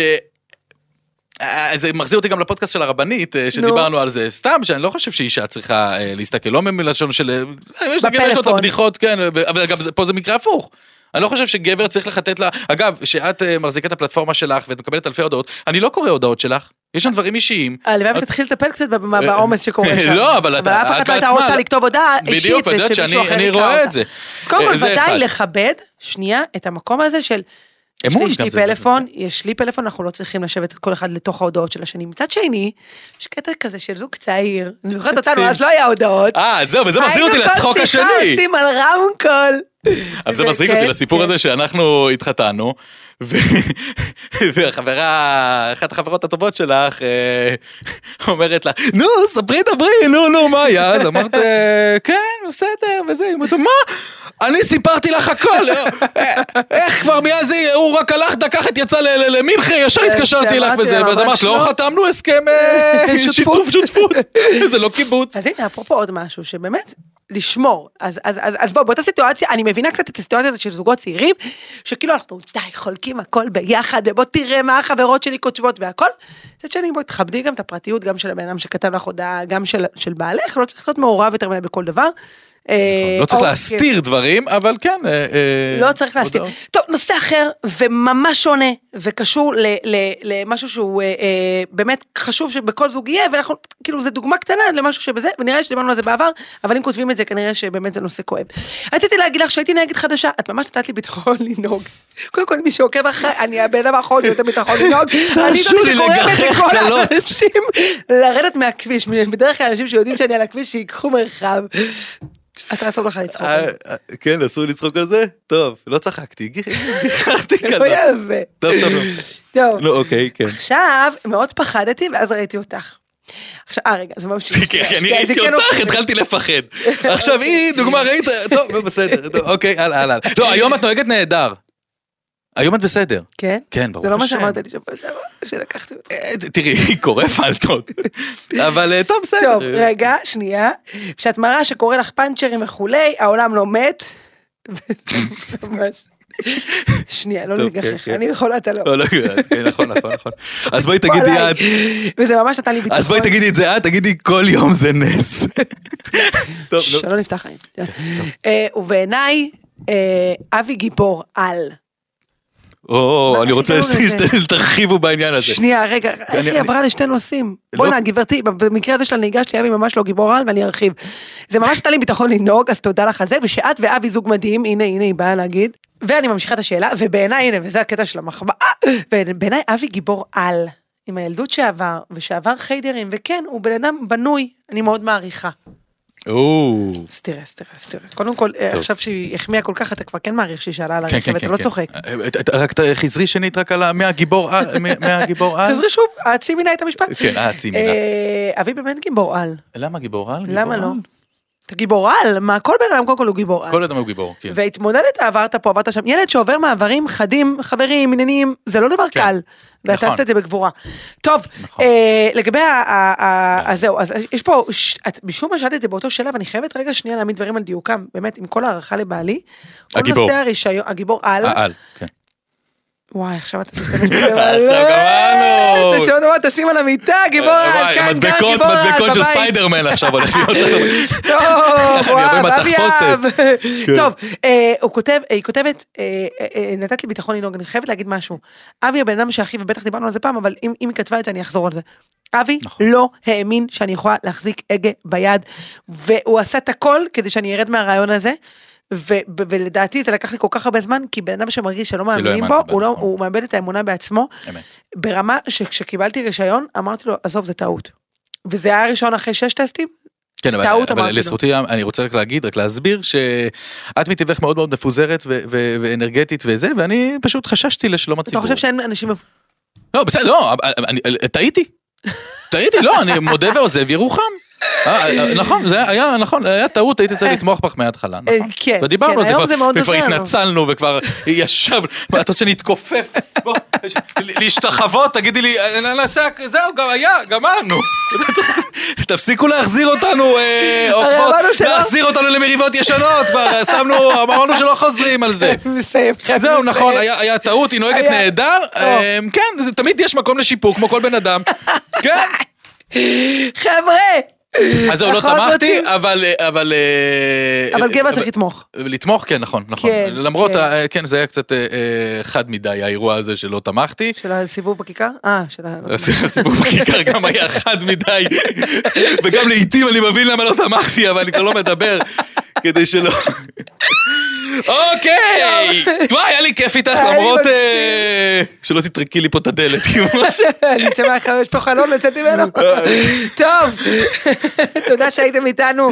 Speaker 2: אה, זה מחזיר אותי גם לפודקאסט של הרבנית, אה, שדיברנו על זה סתם, שאני לא חושב שאישה צריכה אה, להסתכל, לא מלשון של... אה, יש לגבר, יש לו את
Speaker 3: בפלאפון.
Speaker 2: הבדיחות, כן, ו- אבל גם זה- פה זה מקרה הפוך. אני לא חושב שגבר צריך לחטט לה... אגב, שאת אה, מחזיקה את הפלטפורמה שלך ואת מקבלת אלפי הודעות, אני לא קורא הודעות שלך, יש שם דברים אישיים.
Speaker 3: הלוואי ותתחיל לטפל קצת במה- בעומס
Speaker 2: <laughs>
Speaker 3: שקורה שם.
Speaker 2: לא, אבל אתה-
Speaker 3: אבל אף
Speaker 2: את
Speaker 3: אחת לא הייתה
Speaker 2: בעצמה-
Speaker 3: רוצה לכתוב הודעה אישית,
Speaker 2: בדיוק, את יודעת
Speaker 3: ושמישהו
Speaker 2: שאני
Speaker 3: אחר
Speaker 2: אני
Speaker 3: יקרא
Speaker 2: רואה
Speaker 3: אותה.
Speaker 2: את זה.
Speaker 3: אז קודם
Speaker 2: אה,
Speaker 3: כל,
Speaker 2: זה
Speaker 3: ודאי
Speaker 2: אחד.
Speaker 3: לכבד, שנייה, את המקום הזה של...
Speaker 2: אמון
Speaker 3: יש לי
Speaker 2: גם
Speaker 3: אשתי
Speaker 2: זה
Speaker 3: פלאפון, יש לי פלאפון, אנחנו לא צריכים לשבת כל אחד לתוך ההודעות של השני. מצד שני, יש קטע כזה של זוג צעיר, אני זוכרת אותנו, אז לא היה הודעות.
Speaker 2: כן. אה, זהו, וזה מחזיר אותי לצחוק השני.
Speaker 3: היינו כל שיחה עושים על רמקול.
Speaker 2: אבל זה מצחיק
Speaker 3: כן,
Speaker 2: אותי לסיפור
Speaker 3: כן.
Speaker 2: הזה שאנחנו התחתנו, ו- <laughs> והחברה, אחת החברות הטובות שלך, אה, אומרת לה, נו, ספרי דברי, נו, נו, מה היה? אז אמרת, "אה, כן, בסדר, וזה, היא אומרת, לו, מה? אני סיפרתי לך הכל, אה, איך כבר מאז היא- הוא רק הלך, דקה אחת יצא ל- ל- למינכי, ישר
Speaker 3: כן,
Speaker 2: התקשרתי לך
Speaker 3: שאמרתי
Speaker 2: וזה,
Speaker 3: לה,
Speaker 2: ואז
Speaker 3: ממש
Speaker 2: אמרת, לא
Speaker 3: לא."
Speaker 2: חתמנו הסכם אה,
Speaker 3: <laughs> שותפות."
Speaker 2: שיתוף שותפות, זה לא קיבוץ.
Speaker 3: אז הנה, אפרופו עוד משהו, שבאמת, לשמור. אז, אז, אז, אז בוא, באותה סיטואציה, אני מבינה קצת את הסיטואציה הזאת של זוגות צעירים, שכאילו אנחנו די חולקים הכל ביחד, ובוא תראה מה החברות שלי כותבות והכל. מצד שני, בוא תכבדי גם את הפרטיות, גם של הבן אדם שכתב לך הודעה, גם של, של בעלך, לא צריך להיות מעורב יותר מדי בכל דבר. אה,
Speaker 2: לא צריך
Speaker 3: אוקיי.
Speaker 2: להסתיר דברים, אבל כן. אה, אה,
Speaker 3: לא צריך להסתיר.
Speaker 2: הודעות.
Speaker 3: טוב, נושא אחר וממש שונה וקשור ל- ל- למשהו שהוא אה, אה, באמת חשוב שבכל זוג יהיה, ואנחנו, כאילו, זו דוגמה קטנה למשהו שבזה, ונראה לי שדיברנו על זה בעבר, אבל אם כותבים את זה, כנראה שבאמת זה נושא כואב. רציתי להגיד לך שהייתי נהגת חדשה, את ממש נתת לי ביטחון <laughs> לנהוג. קודם כל, מי שעוקב אחרי, אני הבן אדם האחרון שיותר ביטחון
Speaker 2: <laughs>
Speaker 3: לנהוג,
Speaker 2: לא,
Speaker 3: אני זאת
Speaker 2: תרשו לי
Speaker 3: שגורמת
Speaker 2: לגחך
Speaker 3: לכל
Speaker 2: קלות.
Speaker 3: האנשים לרדת מהכביש, בדרך כלל אנשים שיודעים שאני על הכביש, שיקחו מרחב. אתה אסור לך לצחוק.
Speaker 2: אה, אה, כן, אסור לצחוק על זה? טוב, לא צחקתי, גיחכתי
Speaker 3: זה לא
Speaker 2: כזה.
Speaker 3: יפה.
Speaker 2: כן, טוב, טוב,
Speaker 3: טוב.
Speaker 2: טוב. לא, אוקיי, כן.
Speaker 3: עכשיו, מאוד פחדתי, ואז ראיתי אותך. עכשיו, אה, רגע, זה
Speaker 2: <laughs>
Speaker 3: ממשיך.
Speaker 2: כי כי אני
Speaker 3: זה
Speaker 2: ראיתי
Speaker 3: כן
Speaker 2: אותך,
Speaker 3: אופי.
Speaker 2: התחלתי לפחד. <laughs> עכשיו, היא, דוגמה, ראית? אוקיי. <laughs> טוב, לא, בסדר, טוב, אוקיי, הלאה, הלאה. לא, היום את נוהגת נהדר. היום את בסדר.
Speaker 3: כן?
Speaker 2: כן, ברוך
Speaker 3: זה לא מה
Speaker 2: השם.
Speaker 3: שאמרת לי שם שעברה, שלקחתי אותך.
Speaker 2: אה, ת- תראי, היא קורא פלטות. אבל אה, טוב, בסדר.
Speaker 3: טוב, רגע, שנייה. <laughs> כשאת מראה שקורא לך פאנצ'רים וכולי, העולם לא מת. ממש. שנייה, לא
Speaker 2: טוב,
Speaker 3: להתגחך,
Speaker 2: כן, כן.
Speaker 3: אני יכולה, אתה לא.
Speaker 2: לא, לא, כן, נכון, נכון, נכון. אז בואי תגידי
Speaker 3: עליי.
Speaker 2: את,
Speaker 3: וזה ממש נתן לי ביטחון.
Speaker 2: אז בואי תגידי את זה את, תגידי כל יום זה נס. <laughs> טוב, לא, נו.
Speaker 3: שלא נפתח עין.
Speaker 2: כן,
Speaker 3: אה, ובעיניי, אה, אבי גיבור על.
Speaker 2: או,
Speaker 3: מה,
Speaker 2: אני רוצה
Speaker 3: איך הגענו לזה?
Speaker 2: <laughs> שתרחיבו בעניין הזה.
Speaker 3: שנייה, רגע, איך
Speaker 2: אני-
Speaker 3: היא עברה לשתי נושאים?
Speaker 2: לא.
Speaker 3: בוא'נה, גברתי, במקרה הזה של הנהיגה שלי, אבי ממש לא גיבור על, ואני ארחיב. זה ממש נתן לי ביטחון לנהוג, אז תודה לך על זה, ושאת ואבי זוג מדהים, הנה, הנה, היא באה להגיד. ואני ממשיכה את השאלה, ובעיניי, הנה, וזה הקטע של המחמאה, ובעיניי אבי גיבור על, עם הילדות שעבר, ושעבר חיידרים, וכן, הוא בן אדם בנוי, אני מאוד מעריכה.
Speaker 2: או.
Speaker 3: אז תראה, אז תראה, אז תראה. קודם כל, אה,
Speaker 2: טוב.
Speaker 3: עכשיו שהיא החמיאה כל כך, אתה כבר כן מעריך שהיא שאלה על
Speaker 2: כן, כן,
Speaker 3: הרכב,
Speaker 2: כן.
Speaker 3: אתה לא
Speaker 2: כן.
Speaker 3: צוחק.
Speaker 2: אה, אה, רק ת- חזרי שנית רק על ה- מהגיבור <laughs> על, מה- מהגיבור על.
Speaker 3: חזרי שוב, האצי מינה את המשפט.
Speaker 2: כן, אה, צי מינה.
Speaker 3: אה, אבי באמת גיבור על.
Speaker 2: למה גיבור על? גיבור
Speaker 3: למה
Speaker 2: על?
Speaker 3: לא? אתה גיבור על, מה, כל בן אדם קודם כל הוא גיבור על.
Speaker 2: כל אדם הוא גיבור, כן.
Speaker 3: והתמודדת, עברת פה, עברת שם. ילד שעובר מעברים חדים, חברים, עניינים, זה לא דבר
Speaker 2: כן.
Speaker 3: קל. ואתה
Speaker 2: נכון.
Speaker 3: עשית את זה בגבורה. טוב,
Speaker 2: נכון.
Speaker 3: אה, לגבי ה... ה- ה- אז זהו, אז יש פה, ש- את משום מה שאלת את זה באותו שאלה, ואני חייבת רגע שנייה להעמיד דברים על דיוקם, באמת, עם כל הערכה לבעלי. כל
Speaker 2: הגיבור.
Speaker 3: נושא הרישיון, הגיבור על.
Speaker 2: אה, על, כן.
Speaker 3: וואי, עכשיו אתה תשתמש בזה.
Speaker 2: עכשיו גמרנו.
Speaker 3: זה שלא נורא, תשים על המיטה, גיבור על,
Speaker 2: אה, וואי,
Speaker 3: כאן, כאן, גיבור על,
Speaker 2: מדבקות, מדבקות של
Speaker 3: בבית.
Speaker 2: ספיידרמן <laughs> עכשיו הולך להיות.
Speaker 3: טוב,
Speaker 2: אני
Speaker 3: וואו,
Speaker 2: עובר
Speaker 3: אבי
Speaker 2: בתחפושת. כן.
Speaker 3: אב. טוב, אה, הוא כותב, היא כותבת, אה, אה, אה, נתת לי ביטחון לנהוג, אני חייבת להגיד משהו. אבי הבן אדם שאחי, ובטח דיברנו על זה פעם, אבל אם אם היא כתבה את זה, אני אחזור על זה. אבי
Speaker 2: נכון.
Speaker 3: לא האמין שאני יכולה להחזיק הגה ביד, והוא עשה את הכל כדי שאני ארד מהרעיון הזה. ו- ו- ולדעתי זה לקח לי כל כך הרבה זמן, כי בן אדם שמרגיש שלא מאמינים
Speaker 2: האמנת
Speaker 3: בו,
Speaker 2: בו,
Speaker 3: הוא לא-
Speaker 2: נכון.
Speaker 3: הוא מאבד את האמונה בעצמו,
Speaker 2: אמת.
Speaker 3: ברמה שכשקיבלתי רישיון, אמרתי לו, עזוב, זה טעות. וזה היה הראשון אחרי שש טסטים,
Speaker 2: כן, אבל,
Speaker 3: טעות
Speaker 2: אבל
Speaker 3: אמרתי לו.
Speaker 2: לזכותי, אני רוצה רק להגיד, רק להסביר, שאת מטבעך מאוד מאוד מפוזרת ו- ו- ואנרגטית וזה, ואני פשוט חששתי לשלום
Speaker 3: אתה
Speaker 2: הציבור.
Speaker 3: חושב שאין אנשים
Speaker 2: לא, בסדר, לא, אני- אני- טעיתי. טעיתי, לא, אני מודה ועוזב ירוחם. אה, אה, נכון, זה היה נכון, היה טעות, הייתי צריך
Speaker 3: אה.
Speaker 2: לתמוך בך מההתחלה,
Speaker 3: אה,
Speaker 2: נכון.
Speaker 3: כן,
Speaker 2: ודיברנו
Speaker 3: כן,
Speaker 2: על זה,
Speaker 3: היום
Speaker 2: כבר-
Speaker 3: זה מאוד
Speaker 2: וכבר
Speaker 3: עוזר.
Speaker 2: התנצלנו וכבר ישבנו, מה, את רוצה שנתכופף? בוא, להשתחוות, תגידי לי, אה, נעשה, זהו, גם היה, גמרנו. <laughs> תפסיקו להחזיר אותנו, אה,
Speaker 3: הרי
Speaker 2: עוקבות,
Speaker 3: אמרנו שלא-
Speaker 2: להחזיר אותנו למריבות ישנות, כבר אה, שמנו, אמרנו שלא חוזרים על זה.
Speaker 3: מסיים, חייב
Speaker 2: זהו,
Speaker 3: לסיים.
Speaker 2: נכון, היה היה טעות, היא נוהגת
Speaker 3: כן, היה.
Speaker 2: נהדר, אה, כן, זה- תמיד יש מקום לשיפור, כמו כל בן
Speaker 3: <laughs>
Speaker 2: אדם. כן,
Speaker 3: חבר'ה!
Speaker 2: אז זהו, לא
Speaker 3: אנחנו רק
Speaker 2: תמכתי,
Speaker 3: רוצים-
Speaker 2: אבל... אה, אבל אה,
Speaker 3: אבל גבר
Speaker 2: אה,
Speaker 3: צריך לתמוך.
Speaker 2: לתמוך, כן, נכון, נכון.
Speaker 3: כן,
Speaker 2: למרות,
Speaker 3: כן.
Speaker 2: ה- כן, זה היה קצת אה, אה, חד מדי, האירוע הזה שלא תמכתי.
Speaker 3: של הסיבוב בכיכר? אה, של ה...
Speaker 2: <laughs>
Speaker 3: לא יודעת.
Speaker 2: הסיבוב בכיכר גם היה חד מדי, וגם לעיתים אני מבין למה לא תמכתי, אבל אני כבר לא מדבר, כדי שלא... אוקיי! וואי, היה לי כיף איתך,
Speaker 3: היה לי
Speaker 2: למרות
Speaker 3: מקסים.
Speaker 2: אה, שלא תטרקי לי פה את הדלת, כאילו.
Speaker 3: אני אצא מהחלון, אה, יש פה חלון לצאת ממנו.
Speaker 2: אה,
Speaker 3: טוב, <laughs> תודה שהייתם איתנו.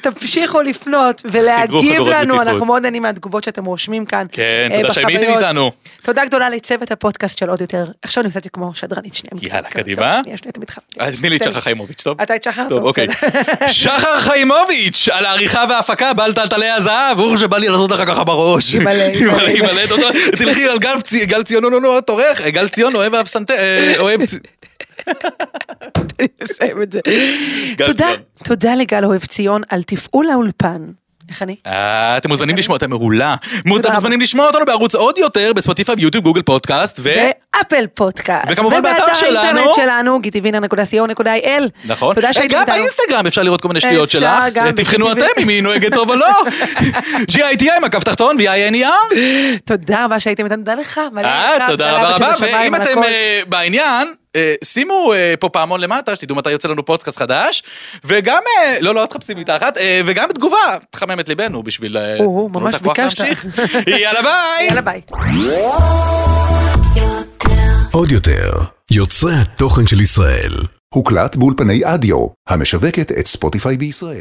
Speaker 3: תמשיכו לפנות ולהגיב
Speaker 2: חברות
Speaker 3: לנו,
Speaker 2: בטיחות.
Speaker 3: אנחנו מאוד נהנים מהתגובות שאתם רושמים כאן.
Speaker 2: כן,
Speaker 3: אה,
Speaker 2: תודה שהייתם
Speaker 3: בחוויות.
Speaker 2: איתנו.
Speaker 3: תודה גדולה לצוות הפודקאסט של עוד יותר. עכשיו אני עושה את זה כמו שדרנית שנייה.
Speaker 2: יאללה,
Speaker 3: טוב, טוב,
Speaker 2: קדימה.
Speaker 3: שנייה, שנייה, אתם התחלתם.
Speaker 2: אה, תני לי את
Speaker 3: תן לי.
Speaker 2: שחר חיימוביץ', טוב?
Speaker 3: כן. אתה את שחר,
Speaker 2: טוב,
Speaker 3: טוב,
Speaker 2: אוקיי.
Speaker 3: בסדר. <laughs>
Speaker 2: שחר חיימוביץ', על העריכה וההפקה, בעל טלטלי הזהב, אור שבא לי לעשות לך ככה בראש.
Speaker 3: ימלא, ימלא.
Speaker 2: ימלא, ימלא, אתה יודע, תלכי על גל צי- גל ציון, נו נו נו, טורח, אה, גל ציון אוהב אבסנטר, אה, אוהב... צ-
Speaker 3: אני אסיים את זה.
Speaker 2: גל
Speaker 3: תודה,
Speaker 2: ציון.
Speaker 3: תודה לגל אוהב ציון על תפעול האולפן. איך אני?
Speaker 2: אה, אתם מוזמנים לשמוע, אתה מעולה. מו- אתם
Speaker 3: רבה.
Speaker 2: מוזמנים לשמוע אותנו בערוץ עוד יותר, בספוטיפיי, ביוטיוב, גוגל פודקאסט, ו...
Speaker 3: באפל פודקאסט.
Speaker 2: אה. וכמובן באתר שלנו.
Speaker 3: ובאתר האינטרנט שלנו, גיטיווינר.co.il.
Speaker 2: נכון?
Speaker 3: תודה שהייתם
Speaker 2: גם
Speaker 3: איתנו.
Speaker 2: באינסטגרם אפשר לראות כל מיני שטויות
Speaker 3: אפשר
Speaker 2: שלך. אה,
Speaker 3: גם.
Speaker 2: תבחנו אתם אם היא נוהגת טוב או
Speaker 3: <laughs>
Speaker 2: לא. GITI, מקף תחתון, VINER.
Speaker 3: תודה רבה שהייתם איתנו, תודה לך. מלא
Speaker 2: אה,
Speaker 3: אהבה,
Speaker 2: תודה
Speaker 3: אהבה
Speaker 2: רבה רבה,
Speaker 3: שבשמיים,
Speaker 2: ואם
Speaker 3: על
Speaker 2: אתם
Speaker 3: הכל.
Speaker 2: אה, בעניין, אה, שימו אה, פה פעמון למטה, שתדעו מתי יוצא לנו פודקאסט חדש, וגם, אה, לא, לא, אל תחפשי מתחת, אה, וגם בתגובה, תחמם את ליבנו בשביל...
Speaker 3: או,
Speaker 2: אה, תנו
Speaker 3: ממש
Speaker 2: את הכוח
Speaker 3: ביקשת.
Speaker 2: להמשיך.
Speaker 3: <laughs>
Speaker 2: יאללה ביי!
Speaker 3: יאללה ביי.
Speaker 1: עוד יותר, יוצרי התוכן של ישראל.
Speaker 4: הוקלט באולפני אדיו, המשווקת את ספוטיפיי בישראל.